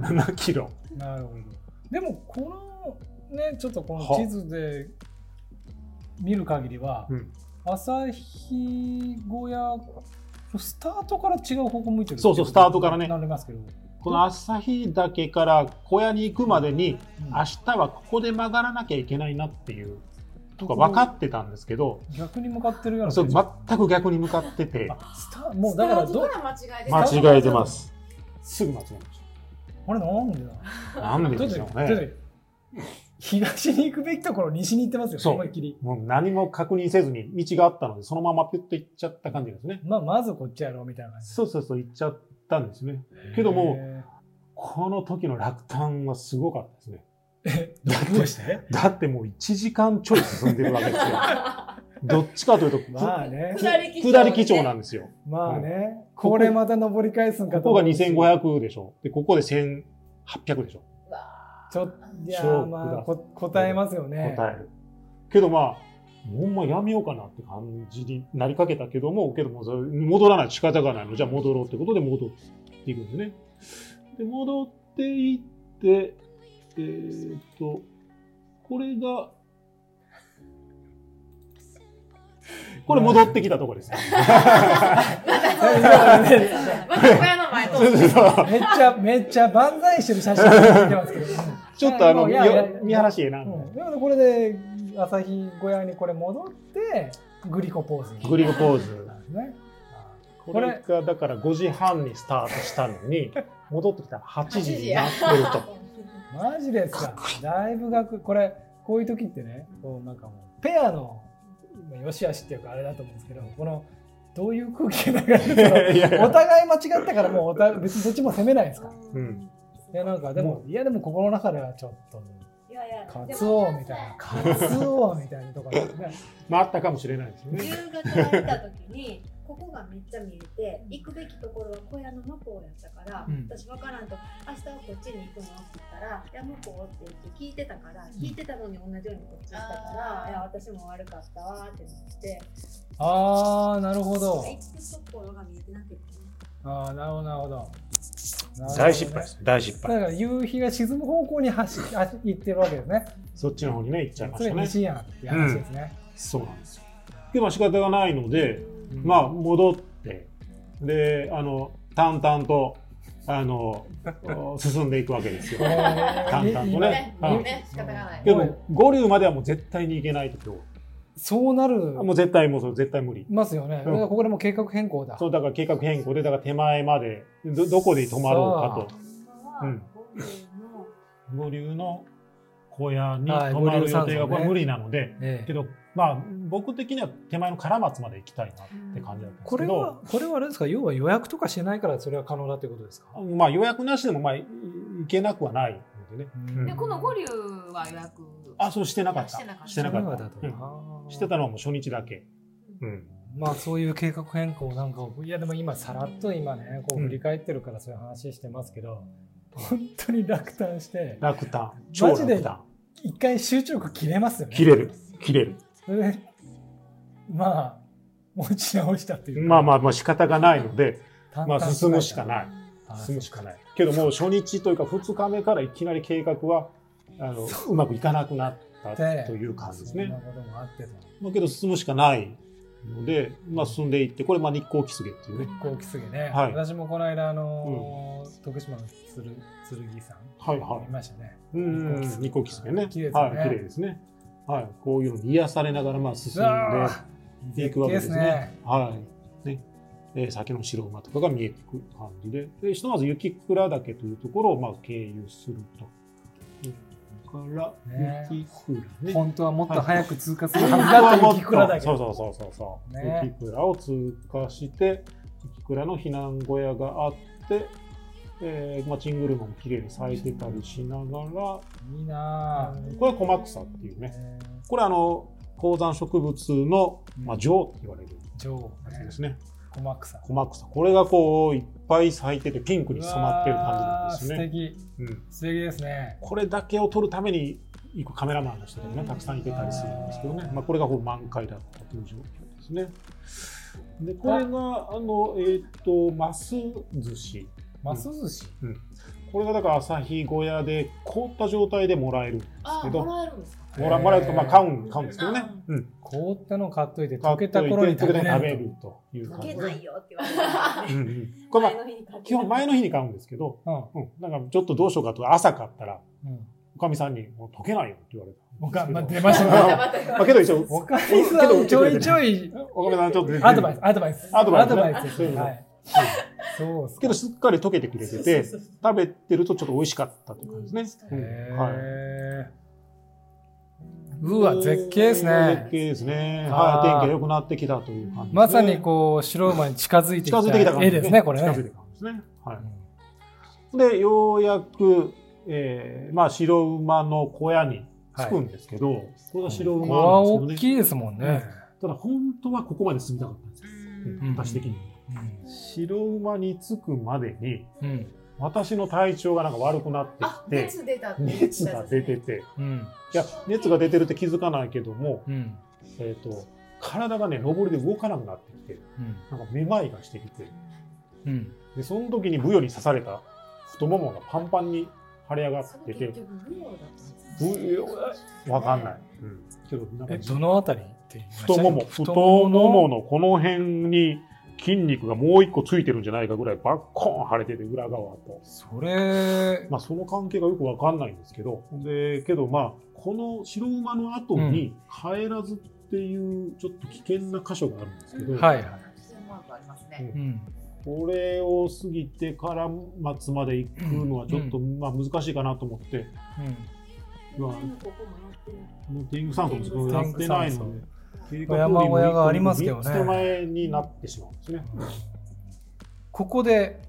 [SPEAKER 3] 7キロ
[SPEAKER 1] なるほど。でも、この、ね、ちょっとこの地図で見る限りは、
[SPEAKER 3] うん
[SPEAKER 1] 朝日小屋、スタートから違う方向向いてる
[SPEAKER 3] そうそうスタートからね
[SPEAKER 1] なりますけど。
[SPEAKER 3] この朝日岳から小屋に行くまでに
[SPEAKER 1] うん
[SPEAKER 3] 明日はここで曲がらなきゃいけないなっていうとか分かってたんですけど
[SPEAKER 1] 逆に向かってるような
[SPEAKER 3] そ
[SPEAKER 1] 感
[SPEAKER 3] う
[SPEAKER 1] じ。
[SPEAKER 3] 全く逆に向かってて
[SPEAKER 1] あスタもうだから
[SPEAKER 2] スター
[SPEAKER 1] ど、
[SPEAKER 2] トから間違いです。
[SPEAKER 3] 間違えてますすぐ間違えまし
[SPEAKER 1] あれなんでだ
[SPEAKER 3] たなんで
[SPEAKER 1] ちょ
[SPEAKER 3] で
[SPEAKER 1] っと
[SPEAKER 3] し
[SPEAKER 1] ちょ
[SPEAKER 3] ょ
[SPEAKER 1] っ
[SPEAKER 3] うね
[SPEAKER 1] と東に行くべきところ西に行ってますよ、
[SPEAKER 3] そう
[SPEAKER 1] 思いっきり。
[SPEAKER 3] もう何も確認せずに道があったのでそのままピュッと行っちゃった感じですね
[SPEAKER 1] まあ、まずこっちやろうみたいな感じ。
[SPEAKER 3] そうそうそう行っちゃったんですねけどもこの時の落胆はすごかったですね
[SPEAKER 1] へー、どうして
[SPEAKER 3] だってもう1時間ちょい進んでるわけですよどっちかというとく
[SPEAKER 1] まあね、
[SPEAKER 2] 下り基調
[SPEAKER 3] 下り基調なんですよ
[SPEAKER 1] まあね、これまた登り返すんか
[SPEAKER 3] ことこ
[SPEAKER 1] 思
[SPEAKER 3] が
[SPEAKER 1] うし
[SPEAKER 3] 2500でしょ。で、ここで1800でしょ。
[SPEAKER 2] うわ
[SPEAKER 1] ちょっと、いや
[SPEAKER 3] 勝
[SPEAKER 1] ー
[SPEAKER 3] 負だ
[SPEAKER 1] まあこ、答えますよね。
[SPEAKER 3] 答える。けどまあ、ほんまやめようかなって感じになりかけたけども、けども、それ戻らないと仕方がないの。じゃあ戻ろうってことで戻っていくんですね。で、戻っていって、えーっと、これが、これ戻ってきたとこですね。
[SPEAKER 2] ーまた小屋の前通って。
[SPEAKER 1] めっちゃ、めっちゃ万歳してる写真が出てますけど。
[SPEAKER 3] ちょっとあの、
[SPEAKER 1] い
[SPEAKER 3] 見
[SPEAKER 1] やいやいや
[SPEAKER 3] 見晴らしええな、みたいな
[SPEAKER 1] うん、でもこれで、朝日小屋にこれ戻って、グリコポーズに。
[SPEAKER 3] グリムポーズ。
[SPEAKER 1] ね。
[SPEAKER 3] これがだから5時半にスタートしたのに戻ってきたら8時
[SPEAKER 2] 8
[SPEAKER 3] に
[SPEAKER 2] 時や
[SPEAKER 3] なってると
[SPEAKER 1] マジですか。だいぶ額、これ、こういう時ってね、こうなんかもう、ペアの、まあよしあしっていうかあれだと思うんですけど、この、どういう空気が流れてるの
[SPEAKER 3] いやいや
[SPEAKER 1] お互い間違ったからもうお互い別にどっちも責めないですから。
[SPEAKER 3] うん
[SPEAKER 1] いやなんかでも、いやでも心の中ではちょっと、
[SPEAKER 4] いやいや、
[SPEAKER 1] カツオみたいな、カツオみたいなところね。
[SPEAKER 3] まああったかもしれないですよね
[SPEAKER 4] 夕方見た時に ここがめっちゃ見えて行くべきところは小屋の向こうやったから、
[SPEAKER 1] うん
[SPEAKER 4] 私分からんと明日はこっちに行くのって言ったら「いや向こう」って言って聞いてたから聞いてたのに同じようにこっち行ったから「
[SPEAKER 2] あー
[SPEAKER 4] いや私も悪かったわ」ってなって
[SPEAKER 1] あー、なるほど。
[SPEAKER 4] 行くところが見えてなくて、ね、
[SPEAKER 1] あー、なるほど、なるほど。なるほどね
[SPEAKER 3] 大失敗で。す大失
[SPEAKER 1] だ
[SPEAKER 3] 敗
[SPEAKER 1] から夕日が沈む方向に走走行ってるわけですね。
[SPEAKER 3] そっちの方にね行っちゃいま
[SPEAKER 1] そ
[SPEAKER 3] し
[SPEAKER 1] れ
[SPEAKER 3] たね
[SPEAKER 1] 西やんっていう話ですね。
[SPEAKER 3] そうなんですよでまあ仕方がないので
[SPEAKER 1] うん
[SPEAKER 3] まあ戻ってであの淡々とあのお進んでいくわけですよ
[SPEAKER 1] えー
[SPEAKER 3] 淡々と
[SPEAKER 2] ね
[SPEAKER 3] ね、
[SPEAKER 2] もうね、仕方がない。
[SPEAKER 3] でも五竜まではもう絶対に行けないと今
[SPEAKER 1] そうなる。
[SPEAKER 3] 日もう絶対もうそれ絶対無理
[SPEAKER 1] いますよね。
[SPEAKER 3] う
[SPEAKER 1] だ
[SPEAKER 3] ん
[SPEAKER 1] からここでもう計画変更だ。
[SPEAKER 3] そうだから計画変更でだから手前までどどこで泊まろうかと
[SPEAKER 4] ほんまはゴル
[SPEAKER 3] 五流
[SPEAKER 4] フの
[SPEAKER 3] の小屋に
[SPEAKER 1] はい
[SPEAKER 3] 泊ま
[SPEAKER 1] 五
[SPEAKER 3] る
[SPEAKER 1] 竜
[SPEAKER 3] 予
[SPEAKER 1] 山
[SPEAKER 3] 定
[SPEAKER 1] 荘
[SPEAKER 3] が
[SPEAKER 1] ね
[SPEAKER 3] これ無理なので、
[SPEAKER 1] え
[SPEAKER 3] け
[SPEAKER 1] え
[SPEAKER 3] どまあ僕的には手前の唐松まで行きたいなって感じだったんです
[SPEAKER 1] こ
[SPEAKER 3] け
[SPEAKER 1] れ
[SPEAKER 3] ど
[SPEAKER 1] は、これはあれですか、要は予約とかしてないからそれは可能だってことですか、
[SPEAKER 3] まあ予約なしでもまあい行けなくはないのでね
[SPEAKER 1] うん
[SPEAKER 2] で、この五竜は予約。
[SPEAKER 3] あそうしてなかっ
[SPEAKER 2] してなかったた
[SPEAKER 3] してなか
[SPEAKER 1] そ
[SPEAKER 3] っ
[SPEAKER 1] う
[SPEAKER 3] た
[SPEAKER 1] だと
[SPEAKER 3] うん
[SPEAKER 1] あー
[SPEAKER 3] してたのはもう初日だけ、うん、
[SPEAKER 1] まあそういう計画変更なんかをいやでも今さらっと今ねこう
[SPEAKER 3] うん
[SPEAKER 1] 振り返ってるからそういう話してますけど、本当に落胆して
[SPEAKER 3] 楽単超
[SPEAKER 1] マジで
[SPEAKER 3] 楽単
[SPEAKER 1] 一回集中力切れますよね
[SPEAKER 3] 切れる切れる
[SPEAKER 1] それでまあ持ち直したっていうか
[SPEAKER 3] まあまあまあ仕方がないので
[SPEAKER 1] 淡
[SPEAKER 3] ま
[SPEAKER 1] 々
[SPEAKER 3] あ
[SPEAKER 1] と
[SPEAKER 3] 進むしかない
[SPEAKER 1] あー
[SPEAKER 3] 進むしかないけどもう初日というか2日目からいきなり計画はあのうまくいかなくなった
[SPEAKER 1] で
[SPEAKER 3] という感じです
[SPEAKER 1] そんな
[SPEAKER 3] ね
[SPEAKER 1] こともあってと
[SPEAKER 3] まあ、けど進むしかないので、まあ、進んでいってこれまあ日光キスゲっていうね、
[SPEAKER 1] こうきすぎね、
[SPEAKER 3] はい
[SPEAKER 1] 私もこの間あのー徳島のつる剣さん
[SPEAKER 3] はい
[SPEAKER 1] 見ましたね
[SPEAKER 3] いうんうん日
[SPEAKER 1] 日
[SPEAKER 3] 光
[SPEAKER 1] 光
[SPEAKER 3] キ
[SPEAKER 1] キ
[SPEAKER 3] ス
[SPEAKER 1] ス
[SPEAKER 3] ゲ
[SPEAKER 1] ゲ
[SPEAKER 3] ね
[SPEAKER 1] 綺麗ですね
[SPEAKER 3] はい綺麗ですねはいこういうのに癒されながらまあ進ん
[SPEAKER 1] うわー
[SPEAKER 3] でい
[SPEAKER 1] 絶
[SPEAKER 3] くわ
[SPEAKER 1] 景で
[SPEAKER 3] けですす
[SPEAKER 1] ね
[SPEAKER 3] ねはいねえー先の白馬とかが見えてくる感じででひとまず雪倉岳というところをまあ経由するというから
[SPEAKER 1] ね
[SPEAKER 3] 雪倉ね。
[SPEAKER 1] 本当はもっと早く通過するはずだった雪倉だけ
[SPEAKER 3] そう
[SPEAKER 1] ど。
[SPEAKER 3] そうそうそうそう、
[SPEAKER 1] ね
[SPEAKER 3] 雪倉を通過して雪倉の避難小屋があって、えーまあ、チングルマも綺麗に咲いてたりしながら、
[SPEAKER 1] いいなぁ。
[SPEAKER 3] これはコマクサっていうね
[SPEAKER 1] ね
[SPEAKER 3] これはあの高山植物の、まあ、女王って言われる
[SPEAKER 1] 女王
[SPEAKER 3] やつ
[SPEAKER 1] ね
[SPEAKER 3] ですね
[SPEAKER 1] 小マクサ。
[SPEAKER 3] コマクサこれがこういっぱい咲いててピンクに染まってる感じ
[SPEAKER 1] うわ
[SPEAKER 3] な
[SPEAKER 1] ー
[SPEAKER 3] ん
[SPEAKER 1] 素
[SPEAKER 3] ですね、
[SPEAKER 1] 敵。
[SPEAKER 3] うん、
[SPEAKER 1] 素敵ですね。
[SPEAKER 3] これだけを撮るために行くカメラマンの人がねたくさんいてたりするんですけどね、まあ、これがこう満開だったという状況ですねでこれがあのえーっ、とます寿司
[SPEAKER 1] マス寿司。
[SPEAKER 3] これがだから朝日小屋で凍った状態でもらえる
[SPEAKER 2] あ
[SPEAKER 3] け
[SPEAKER 2] ー、
[SPEAKER 3] ど
[SPEAKER 2] もらえるんですか。
[SPEAKER 3] もら
[SPEAKER 1] へー
[SPEAKER 3] もらえるとまあ買うん買うんですけどね、うん、
[SPEAKER 1] 凍ったの買っといて
[SPEAKER 3] 買
[SPEAKER 1] 溶
[SPEAKER 3] っと
[SPEAKER 1] け
[SPEAKER 3] いて
[SPEAKER 1] た頃に
[SPEAKER 3] 食
[SPEAKER 1] 食べ
[SPEAKER 3] べ
[SPEAKER 1] れる
[SPEAKER 3] るという
[SPEAKER 4] 溶
[SPEAKER 3] 感
[SPEAKER 4] け
[SPEAKER 3] じで
[SPEAKER 4] ないよって言われ
[SPEAKER 3] う
[SPEAKER 4] る。
[SPEAKER 3] んうんこれまあ
[SPEAKER 4] 前の日に買って
[SPEAKER 3] 基本前の日に買うんですけど、
[SPEAKER 1] うん
[SPEAKER 3] うん、なんかちょっとどうしようかと朝買ったら
[SPEAKER 1] うん。
[SPEAKER 3] おかみさんに「もう溶けないよ」って言われた
[SPEAKER 1] おかまあ、出
[SPEAKER 3] ま
[SPEAKER 1] ましたね。
[SPEAKER 3] あけど一応
[SPEAKER 1] おかみさんちょいちょい
[SPEAKER 3] おかみさんちょっと出て
[SPEAKER 1] アドバイス、アドバイス。
[SPEAKER 3] アドバイスね
[SPEAKER 1] ですよはい。そうっすか
[SPEAKER 3] けどすっかり溶けてくれてて食べてるとちょっと美味しかったという感じですね、うん
[SPEAKER 1] へ
[SPEAKER 3] はい
[SPEAKER 1] ーうわ、絶景です
[SPEAKER 3] 絶
[SPEAKER 1] ね。
[SPEAKER 3] 景ですね
[SPEAKER 1] あ
[SPEAKER 3] は
[SPEAKER 1] ー
[SPEAKER 3] い天気が良くなってきたという感じですね
[SPEAKER 1] まさにこう、白馬に近づいてき
[SPEAKER 3] 近づいてきた
[SPEAKER 1] た
[SPEAKER 3] 感
[SPEAKER 1] 絵
[SPEAKER 3] じ
[SPEAKER 1] ですね、これ
[SPEAKER 3] 近づい
[SPEAKER 1] ね。
[SPEAKER 3] てきた感じですねはいでようやく、えーまあ白馬の小屋に着くんですけど、これが白
[SPEAKER 1] こ
[SPEAKER 3] 馬
[SPEAKER 1] こは
[SPEAKER 3] なん
[SPEAKER 1] 大
[SPEAKER 3] ですけどね
[SPEAKER 1] きいですもんね。
[SPEAKER 3] ただ本当はここまで進みたかったんですよ、うん私的に
[SPEAKER 1] うん
[SPEAKER 3] 白馬に着くまでに
[SPEAKER 1] うん。
[SPEAKER 3] 私の体調がなんか悪くなって
[SPEAKER 2] あ、
[SPEAKER 3] きて
[SPEAKER 2] 熱出たって言ってたやつ
[SPEAKER 3] 熱が出てて
[SPEAKER 1] うん。
[SPEAKER 3] いや熱が出てるって気づかないけども、
[SPEAKER 1] うん。
[SPEAKER 3] えー、と体がね上りで動かなくなってきて
[SPEAKER 1] うん。
[SPEAKER 3] なんかめまいがしてきて
[SPEAKER 1] うん。
[SPEAKER 3] でその時にブヨに刺された太ももがパンパンに腫れ上がってて
[SPEAKER 2] 結局ブヨだったんです
[SPEAKER 3] ブヨわかんない、うん、けどなんか
[SPEAKER 1] え、どのあたりって言いました
[SPEAKER 3] 太もも太もも。のこの辺に筋肉がもう一個ついてるんじゃないかぐらいバッコーン腫れてて裏側と、
[SPEAKER 1] それ、
[SPEAKER 3] まあ、その関係がよくわかんないんですけどでけどまあこの白馬の後に帰らずっていうちょっと危険な箇所があるんですけど、
[SPEAKER 1] はいはい。
[SPEAKER 2] マークあります
[SPEAKER 3] うん
[SPEAKER 2] ね。
[SPEAKER 1] うん。
[SPEAKER 3] これを過ぎてから松まで行くのはちょっと、まあ、難しいかなと思って、
[SPEAKER 4] 前のここもやってる。
[SPEAKER 3] もう天狗散歩もそこやってないので。計画
[SPEAKER 1] 山小屋がありますけどね
[SPEAKER 3] 3つ手前になってしまうんですね。
[SPEAKER 1] ここで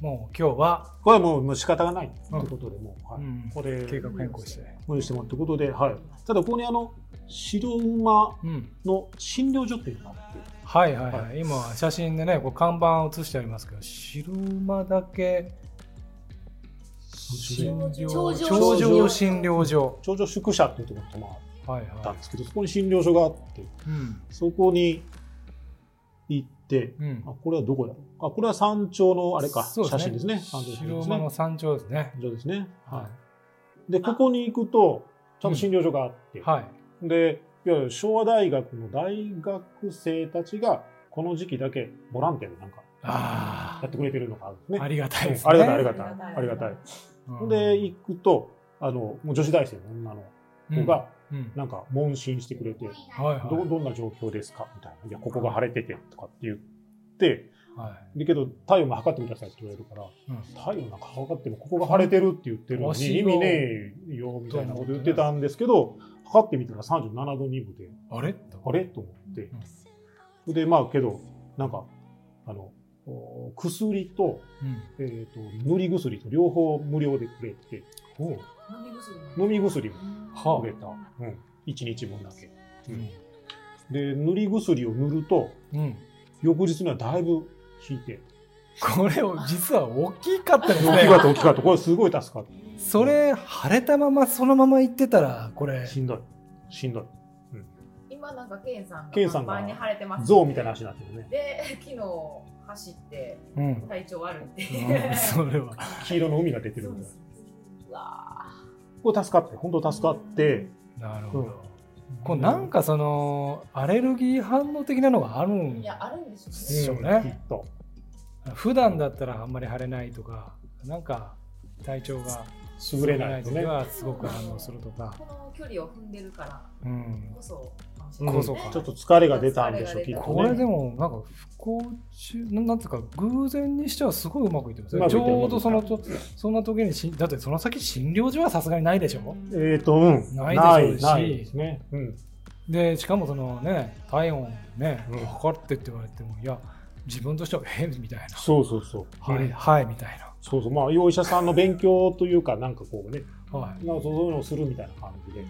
[SPEAKER 1] もう今日は、
[SPEAKER 3] これはもうもう仕方がないということで、もう、はい
[SPEAKER 1] うん
[SPEAKER 3] これ
[SPEAKER 1] 計画変更して。
[SPEAKER 3] 無理してもらうということで、はい、ただここにあの白馬
[SPEAKER 1] うん。
[SPEAKER 3] の診療所っていうのがあって、
[SPEAKER 1] はいはいはい、今写真でねこう看板写してありますけど白馬だけ診療
[SPEAKER 2] 頂上
[SPEAKER 1] 頂上診療所
[SPEAKER 3] 頂上宿舎っていうところに泊ま
[SPEAKER 1] はい
[SPEAKER 3] った
[SPEAKER 1] は
[SPEAKER 3] んですけど、そこに診療所があって、
[SPEAKER 1] いうん
[SPEAKER 3] そこに行って、
[SPEAKER 1] うん
[SPEAKER 3] あこれはどこだろうあこれは山頂のあれか、
[SPEAKER 1] そう
[SPEAKER 3] 写真ですね。山頂の写
[SPEAKER 1] 白
[SPEAKER 3] 真です
[SPEAKER 1] 馬
[SPEAKER 3] ね
[SPEAKER 1] の山頂ですね
[SPEAKER 3] 山頂ですね。は、
[SPEAKER 1] はい
[SPEAKER 3] で、ここに行くと、ちゃんと診療所があって、
[SPEAKER 1] いはい
[SPEAKER 3] で、いわゆる昭和大学の大学生たちが、この時期だけボランティアでなんか
[SPEAKER 1] あ
[SPEAKER 3] やってくれてるのがあるんです
[SPEAKER 1] ー
[SPEAKER 3] ね。
[SPEAKER 1] ありがたいですね
[SPEAKER 3] ありがたい、ありがたい、あ
[SPEAKER 2] あ
[SPEAKER 3] り
[SPEAKER 2] りが
[SPEAKER 3] がた
[SPEAKER 2] た
[SPEAKER 3] い
[SPEAKER 2] い。
[SPEAKER 1] うん
[SPEAKER 3] で、行くと、あの、もう女子大生の女の子が、
[SPEAKER 1] うんうん
[SPEAKER 3] なんか、問診してくれて、
[SPEAKER 1] はい
[SPEAKER 3] ど
[SPEAKER 1] は
[SPEAKER 3] どんな状況ですかみたいな。いや、ここが腫れてて、とかって言って、
[SPEAKER 1] いはい
[SPEAKER 3] で、けど、体温も測ってくださいって言われるから、
[SPEAKER 1] うん
[SPEAKER 3] 体温なんか測っても、ここが腫れてるって言ってるの
[SPEAKER 1] わし
[SPEAKER 3] に、
[SPEAKER 1] が
[SPEAKER 3] 意味ねえよ、みたいなこと言ってたんですけど、測ってみたら37度2分で、
[SPEAKER 1] あれ
[SPEAKER 3] あれと思って。で、まあ、けど、なんか、あの、お薬と、
[SPEAKER 1] うん
[SPEAKER 3] えー、と塗り薬と両方無料でくれて
[SPEAKER 2] 飲み薬も
[SPEAKER 3] 飲み薬も
[SPEAKER 1] は
[SPEAKER 3] くれた、うん、1日分だけ
[SPEAKER 1] うん
[SPEAKER 3] で塗り薬を塗ると
[SPEAKER 1] うん
[SPEAKER 3] 翌日にはだいぶ引いて
[SPEAKER 1] これを実は大きかったです
[SPEAKER 3] 大きかっ
[SPEAKER 1] ね
[SPEAKER 3] た大きかったこれすごい助かっ
[SPEAKER 1] それ腫れたままそのまま行ってたらこれ
[SPEAKER 3] たしんどいしんどい
[SPEAKER 2] 今なんかケンさんが
[SPEAKER 3] ケンさんが
[SPEAKER 2] 前に腫れてます
[SPEAKER 3] 象みたいな足になってるね
[SPEAKER 2] で昨日走って
[SPEAKER 1] うん
[SPEAKER 2] 体調悪いって
[SPEAKER 1] うん それは
[SPEAKER 3] 黄色の海が出てる
[SPEAKER 2] そう
[SPEAKER 3] み
[SPEAKER 2] で
[SPEAKER 3] たいな
[SPEAKER 2] すうわ
[SPEAKER 3] これ助かって本当助かって
[SPEAKER 1] なるほ
[SPEAKER 3] うん
[SPEAKER 1] どこうなんかそのアレルギー反応的なのがある
[SPEAKER 2] ー
[SPEAKER 1] ん
[SPEAKER 2] いやあるんでしょ
[SPEAKER 1] でしょう
[SPEAKER 3] きっ
[SPEAKER 1] ね、
[SPEAKER 3] と
[SPEAKER 1] 普段だったらあんまり腫れないとかなんか体調が
[SPEAKER 3] 優れないと
[SPEAKER 1] 時
[SPEAKER 3] ね。
[SPEAKER 1] はすごく反応するとか、
[SPEAKER 2] この距離を踏んでるから
[SPEAKER 1] うん、
[SPEAKER 2] こそかもし
[SPEAKER 3] う
[SPEAKER 2] れない
[SPEAKER 1] こ
[SPEAKER 2] で
[SPEAKER 3] ん
[SPEAKER 2] す
[SPEAKER 1] そ
[SPEAKER 3] ちょ
[SPEAKER 1] か
[SPEAKER 2] ね
[SPEAKER 3] っと疲れが出たんでしょう、きっと
[SPEAKER 1] これ
[SPEAKER 3] ね。
[SPEAKER 1] でもなんか不幸中ななんていうか偶然にしてはすごいうまくいってます
[SPEAKER 3] う
[SPEAKER 1] ね
[SPEAKER 3] まく
[SPEAKER 1] ち
[SPEAKER 3] いってる
[SPEAKER 1] ょうどそのとそんな時にしだってその先診療所はさすがにないでしょ
[SPEAKER 3] えっ、と、うん。
[SPEAKER 1] ないでしょうし
[SPEAKER 3] ないですね。うん。
[SPEAKER 1] でしかもそのね体温ね
[SPEAKER 3] うん
[SPEAKER 1] 測ってって言われてもいや自分としてはえみたいな
[SPEAKER 3] そうそうそう。
[SPEAKER 1] はい
[SPEAKER 3] うん
[SPEAKER 1] はいみたいな
[SPEAKER 3] そうそう。まあ、お医者さんの勉強というか、なんかこうね、
[SPEAKER 1] はい、
[SPEAKER 3] なんかそういうのをするみたいな感じで。
[SPEAKER 1] うん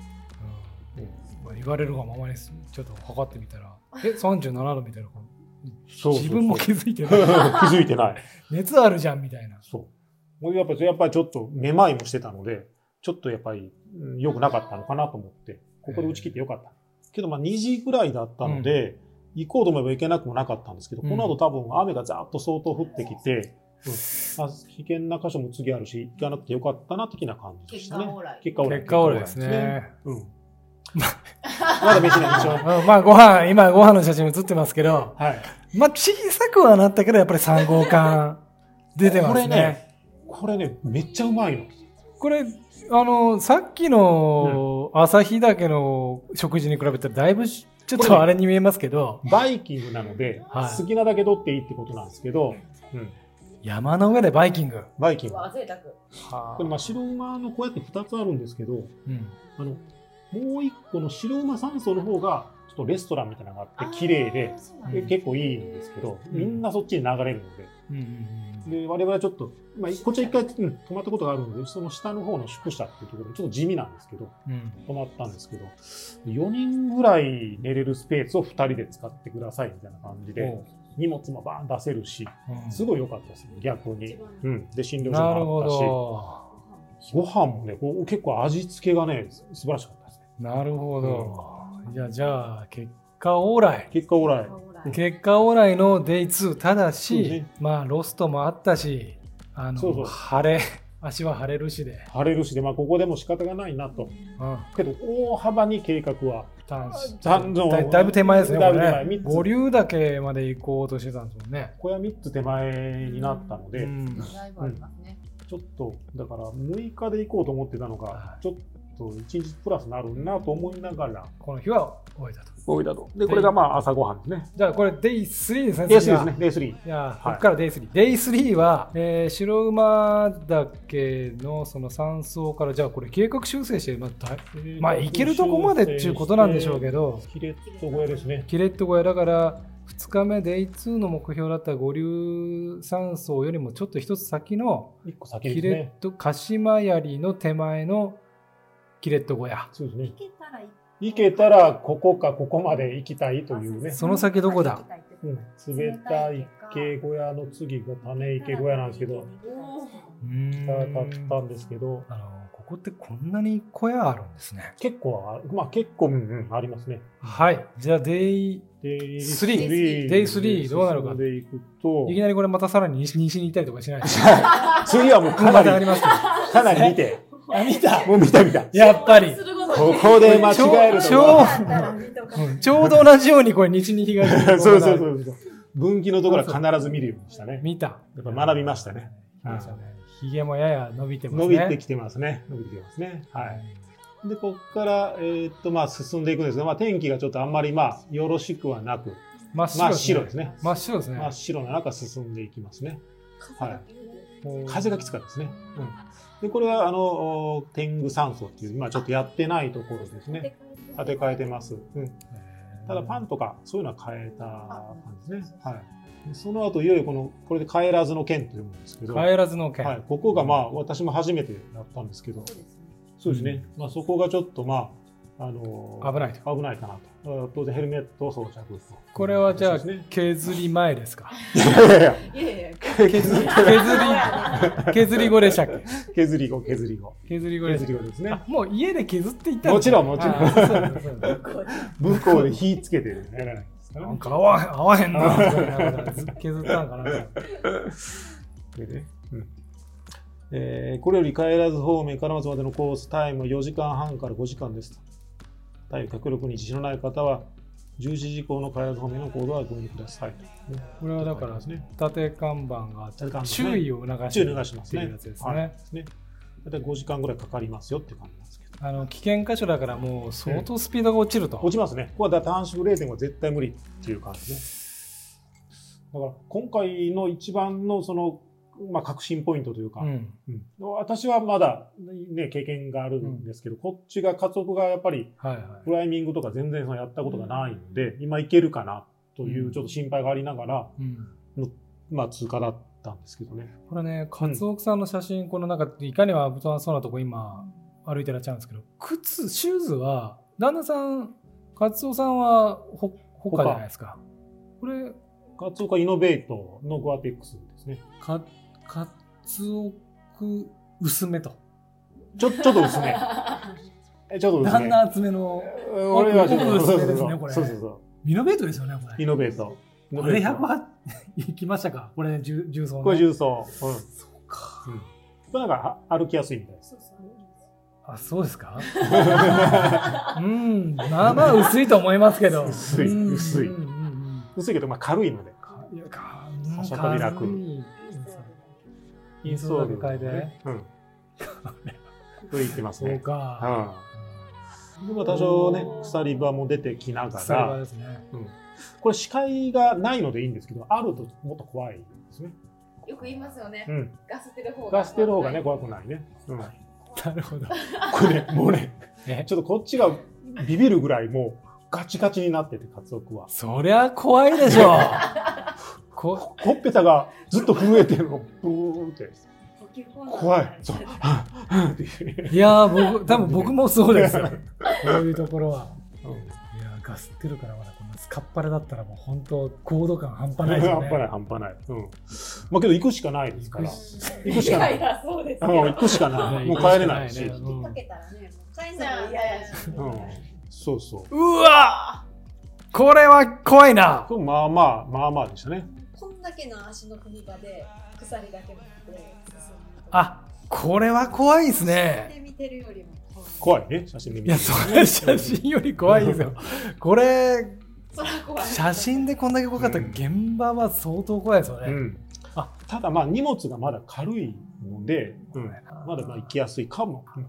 [SPEAKER 1] まあ言われるがままにちょっと測ってみたらえ37度みたいな
[SPEAKER 3] そうそうそう
[SPEAKER 1] 自分も気づいて
[SPEAKER 3] 気
[SPEAKER 1] ない
[SPEAKER 3] づいてない。
[SPEAKER 1] 熱あるじゃんみたいな
[SPEAKER 3] そう。やっぱり、やっぱりちょっとめまいもしてたので、ちょっとやっぱりうん良くなかったのかなと思って、ここで打ち切ってよかった。けどまあ2時ぐらいだったので、行こうと思えば行けなくもなかったんですけど、
[SPEAKER 1] うん
[SPEAKER 3] この後多分雨がざーっと相当降ってきて、うんまあ、危険な箇所も次あるし、行かなくてよかったな的な感じで
[SPEAKER 2] 結
[SPEAKER 3] した
[SPEAKER 2] 果
[SPEAKER 3] ね
[SPEAKER 2] 往。来
[SPEAKER 3] 結果オーライ。
[SPEAKER 1] 結果オーライですね。
[SPEAKER 3] うん。まだ飯ないでしょ。
[SPEAKER 1] うんまあご飯今ご飯の写真写ってますけど
[SPEAKER 3] はい。
[SPEAKER 1] まあ小さくはなったけどやっぱり3号館出てます
[SPEAKER 3] これ
[SPEAKER 1] ね
[SPEAKER 3] ねこれね、めっちゃうまいの。
[SPEAKER 1] これあのさっきの朝日岳の食事に比べたらだいぶしちょっ
[SPEAKER 3] これ
[SPEAKER 1] とあれに見えますけど、
[SPEAKER 3] バイキングなので、
[SPEAKER 1] はい
[SPEAKER 3] 好きなだけ取っていいってことなんですけど、うん、
[SPEAKER 1] 山の上でバイキング、
[SPEAKER 3] バイキン
[SPEAKER 2] う
[SPEAKER 3] グ。
[SPEAKER 2] わ贅沢
[SPEAKER 3] これまあ白馬のこうやって2つあるんですけど、
[SPEAKER 1] うん
[SPEAKER 3] あのもう1個の白馬山荘の方が、ちょっとレストランみたいなのが
[SPEAKER 2] あ
[SPEAKER 3] あって、
[SPEAKER 2] ー
[SPEAKER 3] 綺麗で、
[SPEAKER 2] そうなん
[SPEAKER 3] で
[SPEAKER 2] だ
[SPEAKER 3] 結構いいんですけど、
[SPEAKER 1] うん
[SPEAKER 3] みんなそっちに流れるので、
[SPEAKER 1] うんうん
[SPEAKER 3] で我々はちょっと、まあ、こっちは1回、うん泊まったことがあるので、その下の方の宿舎っていうところ、ちょっと地味なんですけど、
[SPEAKER 1] うんうん
[SPEAKER 3] 泊まったんですけど、4人ぐらい寝れるスペースを2人で使ってくださいみたいな感じで、荷物もバーン出せるし、
[SPEAKER 1] うん
[SPEAKER 3] すごい良かったですね、逆に。うん、で、診療所も
[SPEAKER 1] なる
[SPEAKER 3] あ
[SPEAKER 1] ほ
[SPEAKER 3] ったし。
[SPEAKER 1] ど
[SPEAKER 3] ご飯もね、こう結構味付けがね、す素晴らしかったですね。
[SPEAKER 1] なるほど、いやじゃあ結果オーライ
[SPEAKER 3] 結果オーライ。
[SPEAKER 2] 往来
[SPEAKER 1] 結果オーライのデイ2ただし、
[SPEAKER 3] そうね
[SPEAKER 1] まあロストもあったしあの
[SPEAKER 3] そうそう
[SPEAKER 1] 晴れ足は晴れるしで、
[SPEAKER 3] 晴れるしで、まあ、ここでも仕方がないな
[SPEAKER 1] う
[SPEAKER 3] と。
[SPEAKER 1] ん、
[SPEAKER 3] けど、大幅に計画は。
[SPEAKER 1] 単
[SPEAKER 3] 単純
[SPEAKER 1] だいだいぶ手前ですね
[SPEAKER 3] だい
[SPEAKER 1] こ
[SPEAKER 3] ぶ手前
[SPEAKER 1] れね
[SPEAKER 3] 三つ
[SPEAKER 1] 五竜岳まで行こうとしてたんですもんね、
[SPEAKER 3] 小屋3つ手前になったので、
[SPEAKER 1] うん
[SPEAKER 2] だいぶありますね
[SPEAKER 3] ちょっと、だから6日で行こうと思ってたの
[SPEAKER 1] は
[SPEAKER 3] が
[SPEAKER 1] い、
[SPEAKER 3] ちょっと1日プラスなるなと思いながら。
[SPEAKER 1] この日は終えたと
[SPEAKER 3] 多いだと。で、
[SPEAKER 1] これが
[SPEAKER 3] まあ朝ごはんですね。
[SPEAKER 1] じゃあこれデイ3ですね
[SPEAKER 3] レース
[SPEAKER 1] 次
[SPEAKER 3] で
[SPEAKER 1] は
[SPEAKER 3] すね、レース3。
[SPEAKER 1] いやー、
[SPEAKER 3] い
[SPEAKER 1] ここからデイ3。デイ3は、えー白馬岳のその山荘から、じゃあこれ計画修正して、まあ、だいまあ行けるとこまでっていうことなんでしょうけど、
[SPEAKER 3] キレット小屋ですね。
[SPEAKER 1] キレット小屋だから、2日目、デイ2の目標だった五竜山荘よりもちょっと一つ先の、
[SPEAKER 3] 1個先
[SPEAKER 1] キ
[SPEAKER 3] です
[SPEAKER 1] レ
[SPEAKER 3] ね。
[SPEAKER 1] ット、鹿島槍の手前のキレット小屋。
[SPEAKER 3] そうですね。
[SPEAKER 4] 行けたらいい
[SPEAKER 3] 行けたら、ここかここまで行きたいというね。
[SPEAKER 1] その先どこだ
[SPEAKER 3] うん、冷たい池小屋の次が種池小屋なんですけど、
[SPEAKER 1] うーん
[SPEAKER 3] いただったんですけど、
[SPEAKER 1] あのここってこんなに小屋あるんですね。
[SPEAKER 3] 結構あ、まあ結構、うんうん、ありますね。
[SPEAKER 1] はい。じゃあ、デイ
[SPEAKER 3] デイ
[SPEAKER 1] ス
[SPEAKER 3] ス
[SPEAKER 1] リー
[SPEAKER 3] リー
[SPEAKER 1] デイスリーどうなるか
[SPEAKER 3] 進んでいくと
[SPEAKER 1] いき、なりこれまたさらに西西に行ったりとかしない
[SPEAKER 3] 次はもうか
[SPEAKER 1] まだ
[SPEAKER 3] な
[SPEAKER 1] あり
[SPEAKER 3] り、
[SPEAKER 1] ますけど
[SPEAKER 3] かなり見て、
[SPEAKER 5] あ、見た
[SPEAKER 3] もう見た見た。
[SPEAKER 1] やっぱり。
[SPEAKER 3] ここで間違える
[SPEAKER 1] ち
[SPEAKER 3] と
[SPEAKER 1] ょ
[SPEAKER 3] は。
[SPEAKER 1] うんちょうど同じようにこれ西に東に。
[SPEAKER 3] そうそうそうそう。分岐のところは必ず見るようにしたね。
[SPEAKER 1] 見た。
[SPEAKER 3] やっぱ学びましたね。
[SPEAKER 1] 見ましたね。ひげもやや伸びてます
[SPEAKER 3] 伸
[SPEAKER 1] ね。
[SPEAKER 3] びてきてますね。伸びてきてますね。はい。で、ここから、えーっと、まあ、進んでいくんですが、まあ、天気がちょっとあんまり、まあ、よろしくはなく、
[SPEAKER 1] 真っ白
[SPEAKER 3] 真っ
[SPEAKER 1] です
[SPEAKER 3] 白で
[SPEAKER 1] ね。
[SPEAKER 3] すね。
[SPEAKER 1] 真っ白です
[SPEAKER 3] 真
[SPEAKER 1] ね
[SPEAKER 3] っ。白な中進んでいきますね。はい
[SPEAKER 1] うん
[SPEAKER 3] 風がきつかったですね。うん、で、これは、あの、お天狗山荘っていう、今ちょっとやってないところですね。建て替えてます。うん、ただ、パンとか、そういうのは変えた感じですね。はい。でその後、いよいよこの、これで帰らずの剣と読むんですけど、
[SPEAKER 1] 帰らずの剣。
[SPEAKER 3] はい、ここが、まあ、私も初めてやったんですけど、そうですね。まあ、そこがちょっと、まあ、あの
[SPEAKER 1] 危ないと。
[SPEAKER 3] 危ないかなと。あ当然ヘルメットを装着と。
[SPEAKER 1] これはじゃあ
[SPEAKER 3] そうですね、
[SPEAKER 1] 削り前ですか。
[SPEAKER 3] いやいやい
[SPEAKER 2] いやいや
[SPEAKER 1] 削り、 削り後でしたっけ
[SPEAKER 3] や削り後、削り後。
[SPEAKER 1] 削り後でしたっ
[SPEAKER 3] 削り
[SPEAKER 1] け
[SPEAKER 3] 後ですね
[SPEAKER 1] あ。もう家で削っていった
[SPEAKER 3] もちろん、もちろん。
[SPEAKER 1] ろん。
[SPEAKER 3] 向こうで火つけてやらないですか
[SPEAKER 1] なん
[SPEAKER 3] らね
[SPEAKER 1] か合わへん、合わへん な。削ったんかな。
[SPEAKER 3] でね。うんえーこれより帰らず方面から松までのコースタイムは4時間半から5時間ですと。体力力に自信のない方は、11時以降の帰らず方面の行動はご遠慮くださいとね。
[SPEAKER 1] これはだから
[SPEAKER 3] ですね。
[SPEAKER 1] 縦看板があって
[SPEAKER 3] 縦看板ね
[SPEAKER 1] 注意を促して
[SPEAKER 3] 注意を促しますね
[SPEAKER 1] っていうやつですね、
[SPEAKER 3] はいですね大体5時間ぐらいかかりますよっていう感じなんですけど。
[SPEAKER 1] あの危険箇所だからもう相当スピードが落ちると、
[SPEAKER 3] 落ちますね。ここはだから短縮0.5は絶対無理っていう感じね。だから今回の一番のその、まあ、革新ポイントというか、
[SPEAKER 1] うん
[SPEAKER 3] うん私はまだね、経験があるんですけど、こっちが家族がやっぱり
[SPEAKER 1] はいは
[SPEAKER 3] クライミングとか全然そのやったことがないので、今いけるかなというちょっと心配がありながら、
[SPEAKER 1] い、うん、
[SPEAKER 3] まあ通過だったんですけどね。
[SPEAKER 1] これね勝奥さんの写真このなんかいかにも危なそうなとこ今歩いてらっしゃるんですけど靴シューズは旦那さん勝夫さんはほほかじゃないですかこれ
[SPEAKER 3] カツオカイノベートのゴアテックスですね。
[SPEAKER 1] か勝奥薄めと
[SPEAKER 3] ちょ、ちょっと薄め。えちょっと薄
[SPEAKER 1] 旦
[SPEAKER 3] め。
[SPEAKER 1] 那厚めの
[SPEAKER 3] うん俺はちょっと
[SPEAKER 1] 僕僕薄め
[SPEAKER 3] そう
[SPEAKER 1] で
[SPEAKER 3] そう
[SPEAKER 1] す
[SPEAKER 3] そ
[SPEAKER 1] ね
[SPEAKER 3] う
[SPEAKER 1] これ
[SPEAKER 3] そうそうそ
[SPEAKER 1] ミノベートですよねこ
[SPEAKER 3] う。イ
[SPEAKER 1] れ
[SPEAKER 3] ノベート。イノ
[SPEAKER 1] あ
[SPEAKER 3] ベ
[SPEAKER 1] れ
[SPEAKER 3] ート
[SPEAKER 1] 108い きましたかこれ重重曹の
[SPEAKER 3] これ重曹。うん。
[SPEAKER 1] そうか
[SPEAKER 3] これなんかは歩きやすいみたいです。
[SPEAKER 4] そうそう。
[SPEAKER 1] あそうですか うんまあまあ薄いと思いますけど
[SPEAKER 3] 薄い
[SPEAKER 1] うん
[SPEAKER 3] 薄い
[SPEAKER 1] うんうんうん
[SPEAKER 3] 薄いけど、まあ軽いので。
[SPEAKER 1] かいやか
[SPEAKER 3] 差し運び楽
[SPEAKER 1] 軽いインソールだけ変えて。
[SPEAKER 3] うん。と言ってます
[SPEAKER 1] そう
[SPEAKER 3] ね。う
[SPEAKER 1] か
[SPEAKER 3] ん。まあ多少ね、鎖場も出てきなが
[SPEAKER 1] 草場
[SPEAKER 3] ら、
[SPEAKER 1] ですね
[SPEAKER 3] これ視界がないのでいいんですけど、あるともっと怖いですね。
[SPEAKER 2] よく言いますよね
[SPEAKER 3] う。ん。
[SPEAKER 2] ガスてる方が。
[SPEAKER 3] ガスてる方がね、怖くないね。うん。こ
[SPEAKER 1] なるほど
[SPEAKER 3] れね、もうね、
[SPEAKER 1] え
[SPEAKER 3] ちょっとこっちがビビるぐらいもうガチガチになってて、カツオクは。
[SPEAKER 1] そりゃ怖いでし ょこ
[SPEAKER 3] ほっぺたがずっと震えてるの、ブーンって。
[SPEAKER 4] 呼吸困難
[SPEAKER 3] 怖い。そう。 はぁはぁっていう
[SPEAKER 1] いやー僕多分僕もそうですよこういうところは
[SPEAKER 3] うん
[SPEAKER 1] いやーガスってるからまだこんなスカッパラだったらもう本当高度感半端ないですよ
[SPEAKER 3] 半
[SPEAKER 1] ね
[SPEAKER 3] 端ない、半端ない。うん。まあけど行くしかないですから。行くしかない
[SPEAKER 2] い。やいやそうですけ
[SPEAKER 3] うん
[SPEAKER 2] ど。
[SPEAKER 3] 行くしか ない。もう帰れないし。
[SPEAKER 1] う
[SPEAKER 4] 引っ
[SPEAKER 1] ん
[SPEAKER 4] 掛けたらね、もう帰ん
[SPEAKER 2] な
[SPEAKER 4] ないい
[SPEAKER 2] やいや
[SPEAKER 3] うん。そうそう
[SPEAKER 1] わこれは怖いな
[SPEAKER 3] う。まあまあ、まあまあでしたね。
[SPEAKER 4] こんだけの足の踏み場で鎖だけ持って進むこと
[SPEAKER 1] あこれは怖いです
[SPEAKER 4] 写真
[SPEAKER 1] ね
[SPEAKER 4] で見てるよりも
[SPEAKER 3] 怖いね、写真で見
[SPEAKER 1] い
[SPEAKER 3] て
[SPEAKER 1] やそれ写真より怖いですよこれ
[SPEAKER 2] そら怖い。
[SPEAKER 1] 写真でこんだけ怖かったら
[SPEAKER 3] うん
[SPEAKER 1] 現場は相当怖いですよ
[SPEAKER 3] う
[SPEAKER 1] ね、
[SPEAKER 3] ん。あ、ただまあ荷物がまだ軽いので、うん、まだまあ行きやすいかも。うん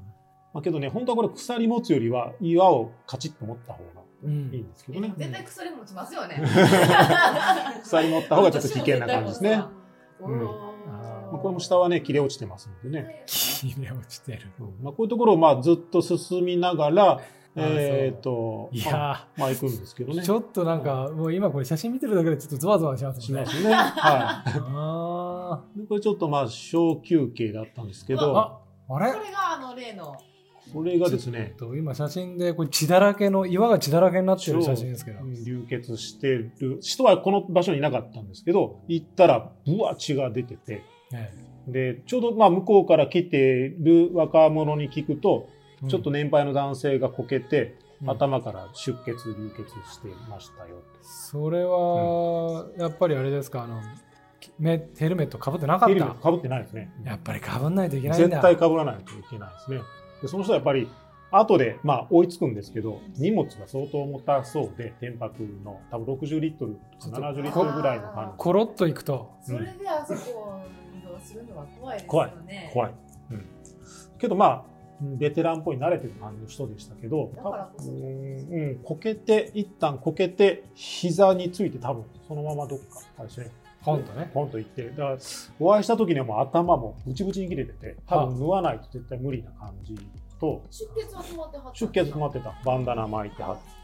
[SPEAKER 3] まあけどね、本当はこれ鎖持つよりは岩をカチッと持った方が
[SPEAKER 1] う
[SPEAKER 3] い
[SPEAKER 1] ん、
[SPEAKER 3] いんですけどね。
[SPEAKER 2] 絶対薬持ちますよね。
[SPEAKER 3] 鎖持った方がちょっと危険な感じで すね。まうん
[SPEAKER 1] あ
[SPEAKER 3] あ
[SPEAKER 1] ー
[SPEAKER 3] これも下はね、切れ落ちてますのでね。
[SPEAKER 1] 切れ落ちてる
[SPEAKER 3] うんまあ、こういうところをまあずっと進みながら、えっ、と、
[SPEAKER 1] い
[SPEAKER 3] まあ
[SPEAKER 1] や
[SPEAKER 3] まあ行くんですけど
[SPEAKER 1] ー
[SPEAKER 3] ね。
[SPEAKER 1] ちょっとなんかもう今これ写真見てるだけでちょっとゾワゾワします
[SPEAKER 3] し
[SPEAKER 1] ね
[SPEAKER 3] ますね。は
[SPEAKER 1] あ
[SPEAKER 3] い。でこれちょっとまあ小休憩だったんですけ
[SPEAKER 1] ー
[SPEAKER 3] ど、
[SPEAKER 1] ああれ
[SPEAKER 2] これがあの例の。
[SPEAKER 3] これがですね、
[SPEAKER 1] ちょっと今写真でこれ血だらけの岩が血だらけになってる写真ですけど
[SPEAKER 3] うん流血してる人はこの場所にいなかったんですけど行ったらぶわ血が出てて
[SPEAKER 1] え
[SPEAKER 3] でちょうどまあ向こうから来てる若者に聞くと、
[SPEAKER 1] え
[SPEAKER 3] ちょっと年配の男性がこけて、
[SPEAKER 1] うん
[SPEAKER 3] 頭から出血流血してましたよ
[SPEAKER 1] それはやっぱりあれですかあのめヘルメットかぶってなか
[SPEAKER 3] ヘ
[SPEAKER 1] っ
[SPEAKER 3] ルメッ
[SPEAKER 1] た
[SPEAKER 3] トかぶってないですね
[SPEAKER 1] やっぱりかぶんないといけないん
[SPEAKER 3] 絶
[SPEAKER 1] だ
[SPEAKER 3] 対かぶらないといけないですねでその人はやっぱり後でまあ追いつくんですけど荷物が相当重たそうで天白の多分60リットル
[SPEAKER 1] ちょっと
[SPEAKER 3] 70リットルぐらいの感じ
[SPEAKER 1] コロッといくと
[SPEAKER 2] それであそこを移動するのは怖いです
[SPEAKER 3] 怖い
[SPEAKER 2] よね。
[SPEAKER 3] 怖い、うん、けどまあうんベテランっぽい慣れてる感じの人でしたけど
[SPEAKER 2] だからこそ
[SPEAKER 3] うん、うん、こけて一旦こけて膝について多分そのままどっかあれですね
[SPEAKER 1] ポンとね
[SPEAKER 3] ポンと行ってだからお会いした時にはもう頭もブチブチに切れてて多分縫わないと絶対無理な感じと
[SPEAKER 2] 出血は止まってはった。
[SPEAKER 3] 出血止まってたバンダナ巻いて貼って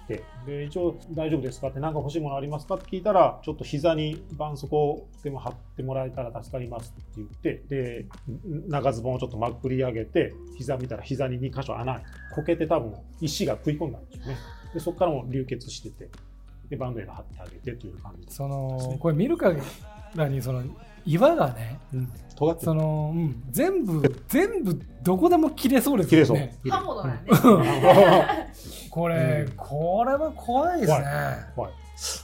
[SPEAKER 3] で一応大丈夫ですかって何か欲しいものありますかって聞いたらちょっと膝に絆創膏でも貼ってもらえたら助かりますって言ってでん長ズボンをちょっとまくり上げて膝見たら膝に2箇所穴開いてこけて多分石が食い込んだんでしょうねでそこからもう流血しててでバンドエイド貼ってあげてという感じです
[SPEAKER 1] そのこれ見る限らにその岩がね
[SPEAKER 3] 尖って
[SPEAKER 1] その、うん、全部全部どこでも切れそうです
[SPEAKER 3] 切れ
[SPEAKER 1] よ
[SPEAKER 3] そう
[SPEAKER 1] ね
[SPEAKER 3] 切れ
[SPEAKER 2] 刃
[SPEAKER 3] そう
[SPEAKER 2] 物なんで。
[SPEAKER 1] これ、
[SPEAKER 3] うん
[SPEAKER 1] これは怖いですね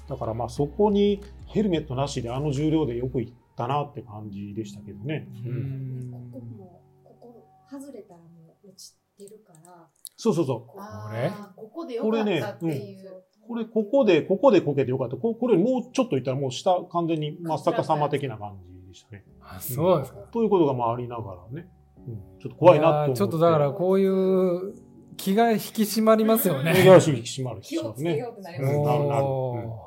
[SPEAKER 3] だからまあそこにヘルメットなしであの重量でよく行ったなって感じでしたけどね、
[SPEAKER 1] う
[SPEAKER 3] うん
[SPEAKER 1] ん
[SPEAKER 4] ここもここ外れたらもう落ちてるから
[SPEAKER 3] そうそうそう
[SPEAKER 2] あ
[SPEAKER 1] れ
[SPEAKER 2] ーここでよかったっていう。
[SPEAKER 3] これ、ここで、ここでこけてよかった。ここれ、もうちょっといったら、もう下、完全に真っ逆さま的な感じでしたね。
[SPEAKER 1] あそうですか、
[SPEAKER 3] ということが、まあ、ありながらね。うんちょっと怖いなと
[SPEAKER 1] や
[SPEAKER 3] 思
[SPEAKER 1] ー
[SPEAKER 3] って。
[SPEAKER 1] ちょっとだからこういう気が引き締まりますよ
[SPEAKER 3] 右
[SPEAKER 1] ね。
[SPEAKER 3] 足引き締まる
[SPEAKER 2] 気をつけ
[SPEAKER 3] ね。
[SPEAKER 2] ようってなり
[SPEAKER 3] ん
[SPEAKER 2] ます
[SPEAKER 3] う
[SPEAKER 2] ね。
[SPEAKER 3] なるなる
[SPEAKER 1] お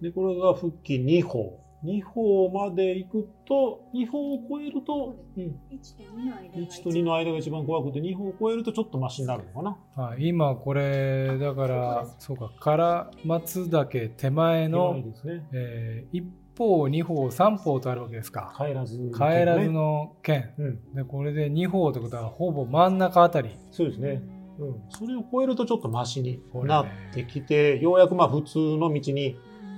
[SPEAKER 3] で、これが腹筋2歩。2歩まで行くと、2歩を超えると、うん、
[SPEAKER 4] 一と二の間が
[SPEAKER 3] 1と2の間が一番怖くて、2歩を超えるとちょっとマシになるのかな。
[SPEAKER 1] ーはい今これだからそうかから松岳手前
[SPEAKER 3] い
[SPEAKER 1] の
[SPEAKER 3] い、ですね。
[SPEAKER 1] えー、一方二方三方とあるわけですか。
[SPEAKER 3] 帰らず、
[SPEAKER 1] 帰らず。の剣
[SPEAKER 3] うん、
[SPEAKER 1] でこれで二方ってことはほぼ真ん中あたり。
[SPEAKER 3] そうですね。うん、それを超えるとちょっとマシになってきて、
[SPEAKER 1] これね
[SPEAKER 3] ようやくまあ普通の道に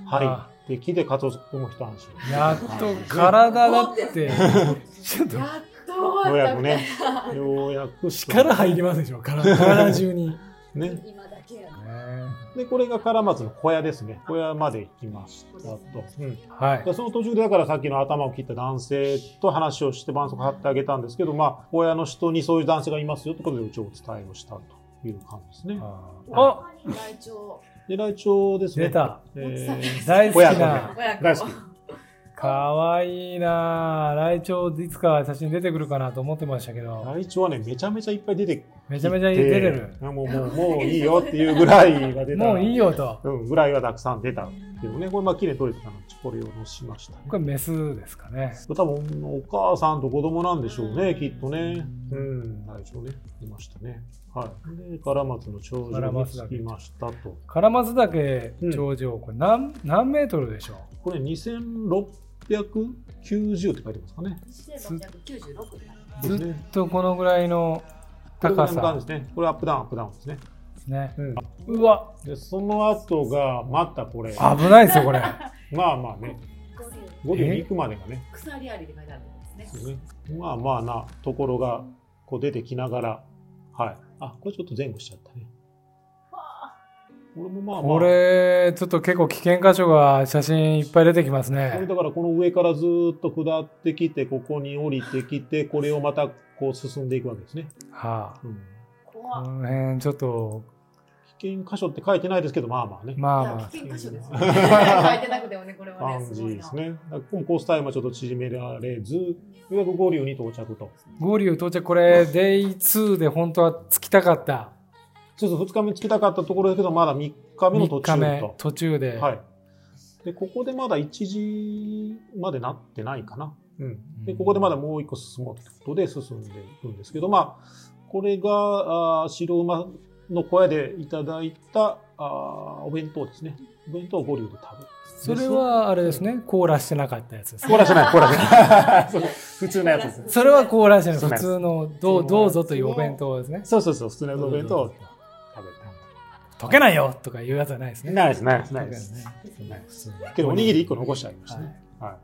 [SPEAKER 1] あ
[SPEAKER 3] 入ってきて、加藤君も一安心。
[SPEAKER 1] やっと体だってちょっと
[SPEAKER 2] やっと終
[SPEAKER 3] よう
[SPEAKER 2] わっ
[SPEAKER 3] や
[SPEAKER 2] た
[SPEAKER 3] く
[SPEAKER 2] みたい
[SPEAKER 3] ね、ようやく
[SPEAKER 1] 力入りますでしょ体体中に。ね
[SPEAKER 3] ね。
[SPEAKER 4] 今だけやな
[SPEAKER 3] で、これが唐松の小屋ですね。小屋まで行きましたと。うん
[SPEAKER 1] はい
[SPEAKER 3] でその途中で、だからさっきの頭を切った男性と話をして、絆創膏貼ってあげたんですけど、まあ、小屋の人にそういう男性がいますよということで、一応お伝えをしたという感じですね。
[SPEAKER 1] あ
[SPEAKER 2] ライチョ
[SPEAKER 3] で、来庁ですね。
[SPEAKER 1] 出た
[SPEAKER 3] え
[SPEAKER 2] お伝え
[SPEAKER 3] ー
[SPEAKER 1] 大好き
[SPEAKER 3] 親子
[SPEAKER 1] な
[SPEAKER 3] ね。大好き。
[SPEAKER 1] かわいいなぁ。来庁いつか写真出てくるかなと思ってましたけど、
[SPEAKER 3] ライチョウはね、めちゃめちゃいっぱい出てきて
[SPEAKER 1] めちゃめちゃ出てる。
[SPEAKER 3] あもう、もう、もういいよっていうぐらいが出た。
[SPEAKER 1] もういいよと。
[SPEAKER 3] うん、ぐらいはたくさん出たけどね、これ、まあ、綺麗に取れてたので、これを乗しましたね。
[SPEAKER 1] これメスですかね。
[SPEAKER 3] 多分、お母さんと子供なんでしょうね、きっとね。うん、大丈夫ね。いましたね。はい。で、カ松の頂上に着きましたと。
[SPEAKER 1] カラマツ岳頂上、これ何何メートルでしょう
[SPEAKER 3] これ、2690って書いてますかね。
[SPEAKER 2] 2696だ。
[SPEAKER 1] ず
[SPEAKER 3] ですね
[SPEAKER 1] っとこのぐらいの高さ
[SPEAKER 3] これこんな感じですね。これ、アップダウン、アップダウンですね。
[SPEAKER 1] ですね。
[SPEAKER 3] うん。
[SPEAKER 1] うわ
[SPEAKER 3] で、その後が、またこれ、
[SPEAKER 1] 危ないですよ、これ。
[SPEAKER 3] ま あまあね、ゴディに行くまでがね、
[SPEAKER 2] 鎖ありで書いてあるんですね。
[SPEAKER 3] まあまあなところがこう出てきながら、はい。あ、これちょっと前後しちゃったね。これもまあまあ、
[SPEAKER 1] これ、ちょっと結構危険箇所が写真いっぱい出てきます
[SPEAKER 3] これ
[SPEAKER 1] ね。
[SPEAKER 3] だからこの上からずっと下ってきて、ここに降りてきて、これをまたこう進んでいくわけですね。
[SPEAKER 1] は
[SPEAKER 3] うん
[SPEAKER 1] あ、
[SPEAKER 2] 怖
[SPEAKER 1] こ
[SPEAKER 2] っ。
[SPEAKER 1] の辺ちょっと、
[SPEAKER 3] 危険箇所って書いてないですけど、まあまあね。
[SPEAKER 1] まあ
[SPEAKER 2] いや
[SPEAKER 1] ま
[SPEAKER 2] 危険箇所ですね。書いてなくてもね、これはね、
[SPEAKER 3] 感
[SPEAKER 2] す
[SPEAKER 3] じ
[SPEAKER 2] ごい
[SPEAKER 3] で
[SPEAKER 2] な
[SPEAKER 3] す。ね。だからここもコースタイムはちょっと縮められず、ようやく合流に到着と。
[SPEAKER 1] あ、合流到着、これ、デイ2で本当は着きたかった。
[SPEAKER 3] そうそう、2日目着きたかったところですけど、まだ3日目の
[SPEAKER 1] 3
[SPEAKER 3] 途
[SPEAKER 1] 日
[SPEAKER 3] 中
[SPEAKER 1] 目
[SPEAKER 3] と。
[SPEAKER 1] 途中で、
[SPEAKER 3] はい。で、ここでまだ1時までなってないかな。うん。で、ここでまだもう一個進もうってことで進んでいくんですけど、まあ、これが、あー白馬の小屋でいただいたあーお弁当ですね。お弁当を五流で食べる。
[SPEAKER 1] それはあれですね凍らしてなかったやつです
[SPEAKER 3] 凍らせない、凍らせ ない。そう普通のやつですね。
[SPEAKER 1] それは凍らしてない
[SPEAKER 3] そうで
[SPEAKER 1] 普
[SPEAKER 3] す
[SPEAKER 1] 通のどうどうぞというお弁当ですね
[SPEAKER 3] そうそうそう、普通のやつお弁当を食べ
[SPEAKER 1] 溶けないよとかいうやつはないです
[SPEAKER 3] た。
[SPEAKER 1] ね
[SPEAKER 3] ないです、ないです、な
[SPEAKER 1] 溶
[SPEAKER 3] い
[SPEAKER 1] けない
[SPEAKER 3] で
[SPEAKER 1] です
[SPEAKER 3] す。
[SPEAKER 1] ね
[SPEAKER 3] ないですけど、おにぎり1個残してありましたね。はい。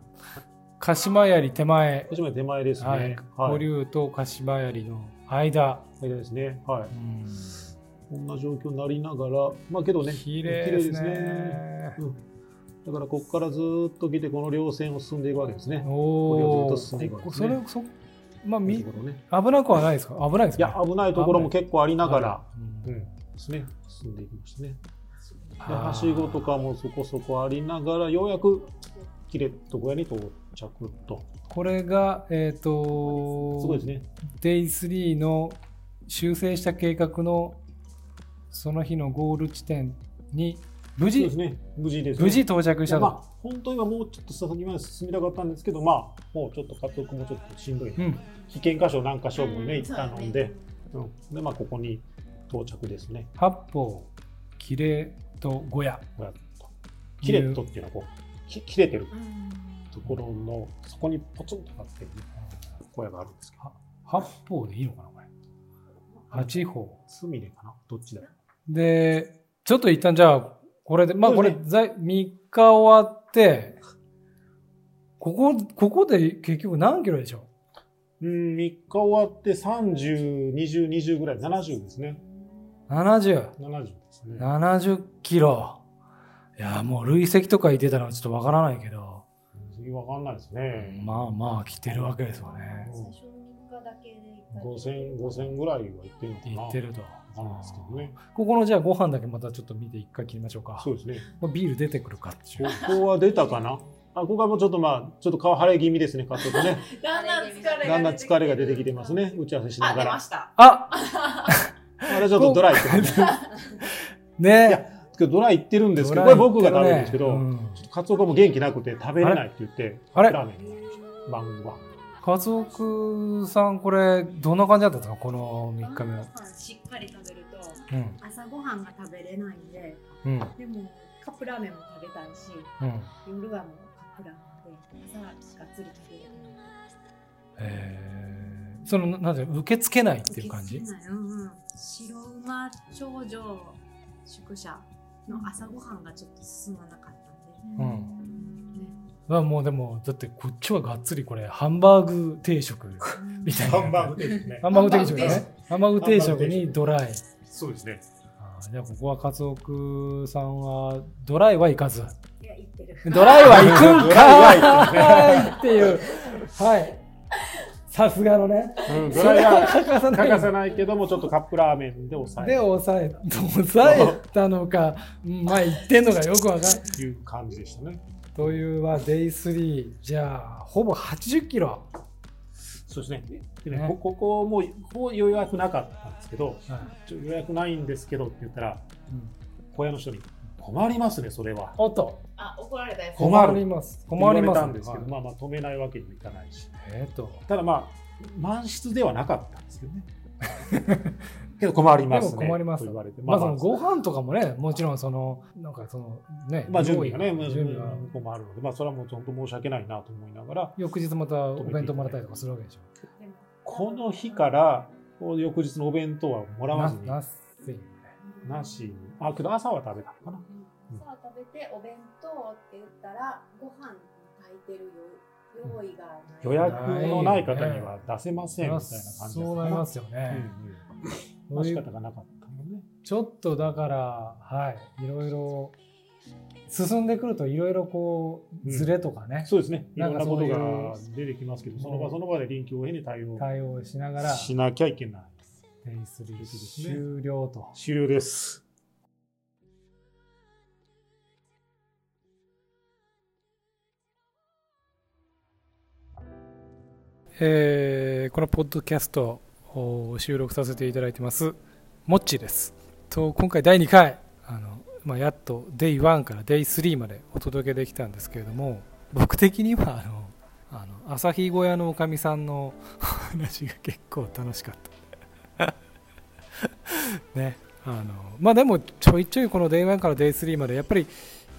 [SPEAKER 1] 鹿島槍手前
[SPEAKER 3] こっちまで手前ですね。
[SPEAKER 1] は
[SPEAKER 3] はいい。
[SPEAKER 1] 五竜と鹿島槍の間、
[SPEAKER 3] これですね。はい。
[SPEAKER 1] うん
[SPEAKER 3] こんな状況になりながら、まあけどね、
[SPEAKER 1] 綺麗ですね
[SPEAKER 3] 綺うん、だからここからずーっと来て、この両線を進んでいくわけですね。
[SPEAKER 1] お
[SPEAKER 3] こ
[SPEAKER 1] お
[SPEAKER 3] れずっと進んでいくわけです
[SPEAKER 1] そ
[SPEAKER 3] ね
[SPEAKER 1] れそまあ
[SPEAKER 3] 見る
[SPEAKER 1] み
[SPEAKER 3] ところね
[SPEAKER 1] 危なくはないですか危ないです
[SPEAKER 3] い
[SPEAKER 1] か
[SPEAKER 3] や、危ないところも結構ありながら、
[SPEAKER 1] うん
[SPEAKER 3] うん、ですね、進んでいきましたね。で
[SPEAKER 1] あー
[SPEAKER 3] はしごとかもそこそこありながら、ようやくきれいと小屋に到着と。
[SPEAKER 1] これがえっ、と
[SPEAKER 3] すごいですね。
[SPEAKER 1] デイ3の修正した計画のその日のゴール地点に無
[SPEAKER 3] そうで
[SPEAKER 1] 事、
[SPEAKER 3] すね。無事ですね、
[SPEAKER 1] 無事到着した
[SPEAKER 3] ま
[SPEAKER 1] と。
[SPEAKER 3] あ、本当にはもうちょっと先まで進みたかったんですけど、まあ、もうちょっと家族もちょっとしんどい、
[SPEAKER 1] うん
[SPEAKER 3] 危険箇所何箇所も
[SPEAKER 2] う
[SPEAKER 3] ね、
[SPEAKER 2] ん
[SPEAKER 3] 行ったの
[SPEAKER 2] そうだ
[SPEAKER 3] で
[SPEAKER 2] ね、
[SPEAKER 3] うん、で、まあ、ここに到着ですね。
[SPEAKER 1] 八方、キレと小屋。
[SPEAKER 3] こうやっとキレットっていうのはこう、き切れてるところの、そこにポツンとなってる、ね、小屋があるんですけど、
[SPEAKER 1] 八方でいいのかな、これ。八方。
[SPEAKER 3] スミレかなどっちだよ。
[SPEAKER 1] で、ちょっと一旦じゃあ、これで、まあこれ、
[SPEAKER 3] そう
[SPEAKER 1] ざい3日終わって、ここ、ここで結局何キロでしょ
[SPEAKER 3] うん、3日終わって30、20、20ぐらい、70ですね。
[SPEAKER 1] う ?70。
[SPEAKER 3] 70ですね。
[SPEAKER 1] 70キロ。いや、もう累積とか言ってたのはちょっとわからないけど。
[SPEAKER 3] 次わかんないですね。
[SPEAKER 1] まあまあ来てるわけですよね。
[SPEAKER 4] 最初の3日だけ
[SPEAKER 3] 5000、
[SPEAKER 4] で
[SPEAKER 3] 5000ぐらいは行ってるのかな。
[SPEAKER 1] 行ってると。
[SPEAKER 3] わかんないですけどね。
[SPEAKER 1] ここのじゃあご飯だけまたちょっと見て一回切りましょうか。
[SPEAKER 3] そうですね。
[SPEAKER 1] まあビール出てくるかってい
[SPEAKER 3] こ
[SPEAKER 1] う。
[SPEAKER 3] こは出たかなあ今回もちょっとまあ、ちょっと顔腫れ気味ですね、カットとね。
[SPEAKER 2] だんだん疲れが出てきて
[SPEAKER 3] だんだん疲れが出てきてますね、打ち合わせしな
[SPEAKER 2] あ、出
[SPEAKER 3] がら。
[SPEAKER 2] ま
[SPEAKER 3] あ
[SPEAKER 2] した。
[SPEAKER 1] あ
[SPEAKER 3] れちょっとドライって感じ。
[SPEAKER 1] ね
[SPEAKER 3] けどドライ行ってるん
[SPEAKER 1] え
[SPEAKER 3] ですけど、これ僕が食べるんですけ
[SPEAKER 1] う
[SPEAKER 3] ど、
[SPEAKER 1] ん
[SPEAKER 3] カツオがもう元気なくて食べれないって言って、
[SPEAKER 1] あれ
[SPEAKER 3] ラーメンになりました。晩ご飯。
[SPEAKER 1] 家族さんこれどんな感じだったんですかこの3日目は。
[SPEAKER 4] ご飯しっかり食べると
[SPEAKER 1] うん
[SPEAKER 4] 朝ごはんが食べれないんで
[SPEAKER 1] うん
[SPEAKER 4] でもカップラーメンも食べたいし
[SPEAKER 1] うん。
[SPEAKER 4] 夜はもうカップラーメンで朝はがっつり食べれる
[SPEAKER 1] えーそのなんていうの受け付けないっていう感じ
[SPEAKER 4] 受け。付けないうんうん、白馬長女宿舎の朝ごはんがちょっと進まなかったんで、
[SPEAKER 1] うん。
[SPEAKER 4] ね
[SPEAKER 1] まあもうでもだってこっちはがっつりこれハンバーグ定食 みたいな。
[SPEAKER 3] グですね
[SPEAKER 1] ハンバーグ定食だね。ハンバーグ定食
[SPEAKER 3] ハンバーグ定
[SPEAKER 1] に
[SPEAKER 3] 食
[SPEAKER 1] ドライ。
[SPEAKER 3] そうですね。
[SPEAKER 1] あーじゃあここはカツオクさんはドライは行かず。
[SPEAKER 4] いや行ってる
[SPEAKER 1] ドライは行くん
[SPEAKER 3] ド
[SPEAKER 1] かいっていう。はい。
[SPEAKER 5] さすがのね。
[SPEAKER 3] うん、ド
[SPEAKER 1] そ
[SPEAKER 3] ライ
[SPEAKER 1] れは
[SPEAKER 3] は
[SPEAKER 1] 欠かさない
[SPEAKER 3] 欠かさないけども、ちょっとカップラーメンで抑え
[SPEAKER 1] で
[SPEAKER 3] る
[SPEAKER 1] 抑え抑えたのか、うんまあ言ってんのかよくわかんない。
[SPEAKER 3] という感じでしたね。
[SPEAKER 1] というは、デイ3、じゃあ、ほぼ80キロ。
[SPEAKER 3] そうですね。でね
[SPEAKER 1] ね
[SPEAKER 3] こここも、こう予約なかったんですけど、
[SPEAKER 1] はい
[SPEAKER 3] ちょ予約ないんですけどって言ったら、
[SPEAKER 1] うん
[SPEAKER 3] 小屋の人に、困りますね、それは。
[SPEAKER 1] おっと、
[SPEAKER 2] あ、怒られたやつ。
[SPEAKER 3] 困る
[SPEAKER 1] ります。困ります。
[SPEAKER 3] 言われたんですけど、
[SPEAKER 1] はい
[SPEAKER 3] まあまあ止めないわけにもいかないし。
[SPEAKER 1] えっと、
[SPEAKER 3] ただまあ、満室ではなかったんですけど ね。けど困りますね。
[SPEAKER 1] でも困ります
[SPEAKER 3] と言われて。
[SPEAKER 1] まあ、そのご飯とかもね、もちろん、その、なんか、その、ね、
[SPEAKER 3] まあ準備がね、
[SPEAKER 1] 用意準備が
[SPEAKER 3] うん困るので、まあそれはもう本当申し訳ないなと思いながら、
[SPEAKER 1] 翌日またお弁当もらったりとかするわけでしょ。
[SPEAKER 4] でも
[SPEAKER 3] この日から、こう翌日のお弁当はもらわずに、
[SPEAKER 1] な
[SPEAKER 3] な
[SPEAKER 1] なすい
[SPEAKER 3] しに。あ、けど朝は食べたのかな。
[SPEAKER 2] さあ食べてお弁当って言ったらご飯炊いてるよ用意がない
[SPEAKER 3] 予約のない方には出せませんみたいな感じ
[SPEAKER 1] そうなりま
[SPEAKER 3] ます
[SPEAKER 1] よ
[SPEAKER 3] ね。
[SPEAKER 1] ね。
[SPEAKER 3] うんうん、仕方がなかったのね。
[SPEAKER 1] ちょっとだから、はい、いろいろ、進んでくると、いろいろこう、ズレとかね、
[SPEAKER 3] そうですね。い
[SPEAKER 1] な
[SPEAKER 3] ろ
[SPEAKER 1] ん
[SPEAKER 3] ん
[SPEAKER 1] か
[SPEAKER 3] なことが
[SPEAKER 1] そ
[SPEAKER 3] 出てきますけど、その場その場で臨機応変に対応
[SPEAKER 1] 対応しながら、
[SPEAKER 3] しなきゃいけない。
[SPEAKER 1] デイ3終了と。
[SPEAKER 3] 終了です。
[SPEAKER 1] えーこのポッドキャストを収録させていただいてますモッチーですと今回第2回あの、まあ、やっと Day1 から Day3 までお届けできたんですけれども僕的にはあのあの朝日小屋のおかみさんの話が結構楽しかった ねあのまあでもちょいちょいこの Day1 から Day3 までやっぱり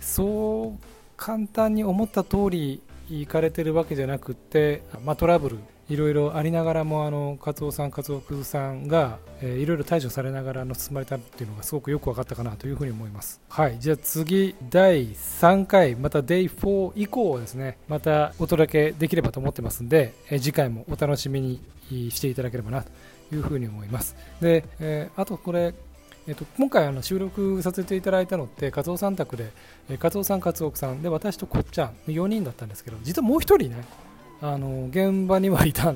[SPEAKER 1] そう簡単に思った通り行かれてるわけじゃなくって、まあ、トラブルいろいろありながらもあのカツオさんカツオクさんが、えーいろいろ対処されながらの進まれたっていうのがすごくよく分かったかなというふうに思いますはいじゃあ次第3回また Day4 以降はですねまたお届けできればと思ってますんで、えー次回もお楽しみにしていただければなというふうに思いますで、えーあとこれえっと、今回あの収録させていただいたのってカツオさん宅でえーカツオさん、カツオクさん、で私とこっちゃんの4人だったんですけど、実はもう1人ね、あの現場にはいた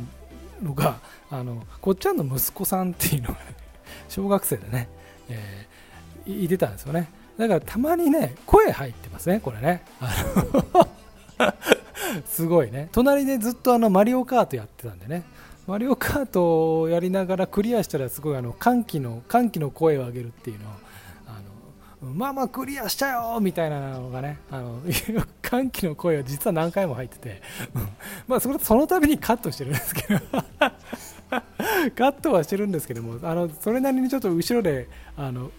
[SPEAKER 1] のが、あのこっちゃんの息子さんっていうのがね、 小学生でね、えーいいてたんですよね。だからたまにね、声入ってますね、これね。あの すごいね。隣でずっとあのマリオカートやってたんでね。マリオカートをやりながらクリアしたらすごいあの歓喜の歓喜の声を上げるっていうのをあのまあまあクリアしたよみたいなのがねあの 歓喜の声が実は何回も入っててうんまあそれその度にカットしてるんですけど カットはしてるんですけどもあのそれなりにちょっと後ろであの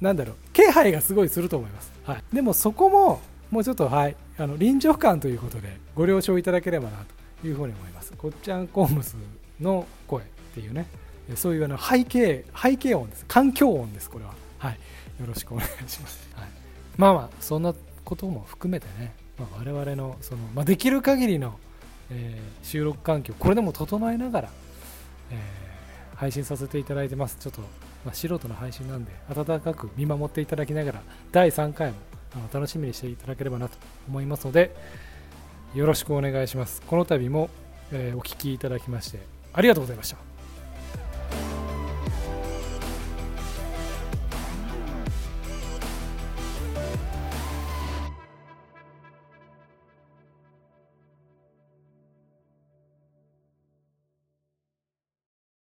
[SPEAKER 1] なんだろう気配がすごいすると思います、はい、でもそこももうちょっとはいあの臨場感ということでご了承いただければなというふうに思いますこっちゃんコームスの声っていうねそういうあの背景背景音です環境音ですこれははいよろしくお願いします、はい、まあまあそんなことも含めてね、まあ、我々のその、まあ、できる限りの、えー収録環境これでも整えながら、えー配信させていただいてますちょっと、まあ、素人の配信なんで温かく見守っていただきながら第3回もあの楽しみにしていただければなと思いますのでよろしくお願いしますこの度も、えーお聞きいただきましてありがとうございました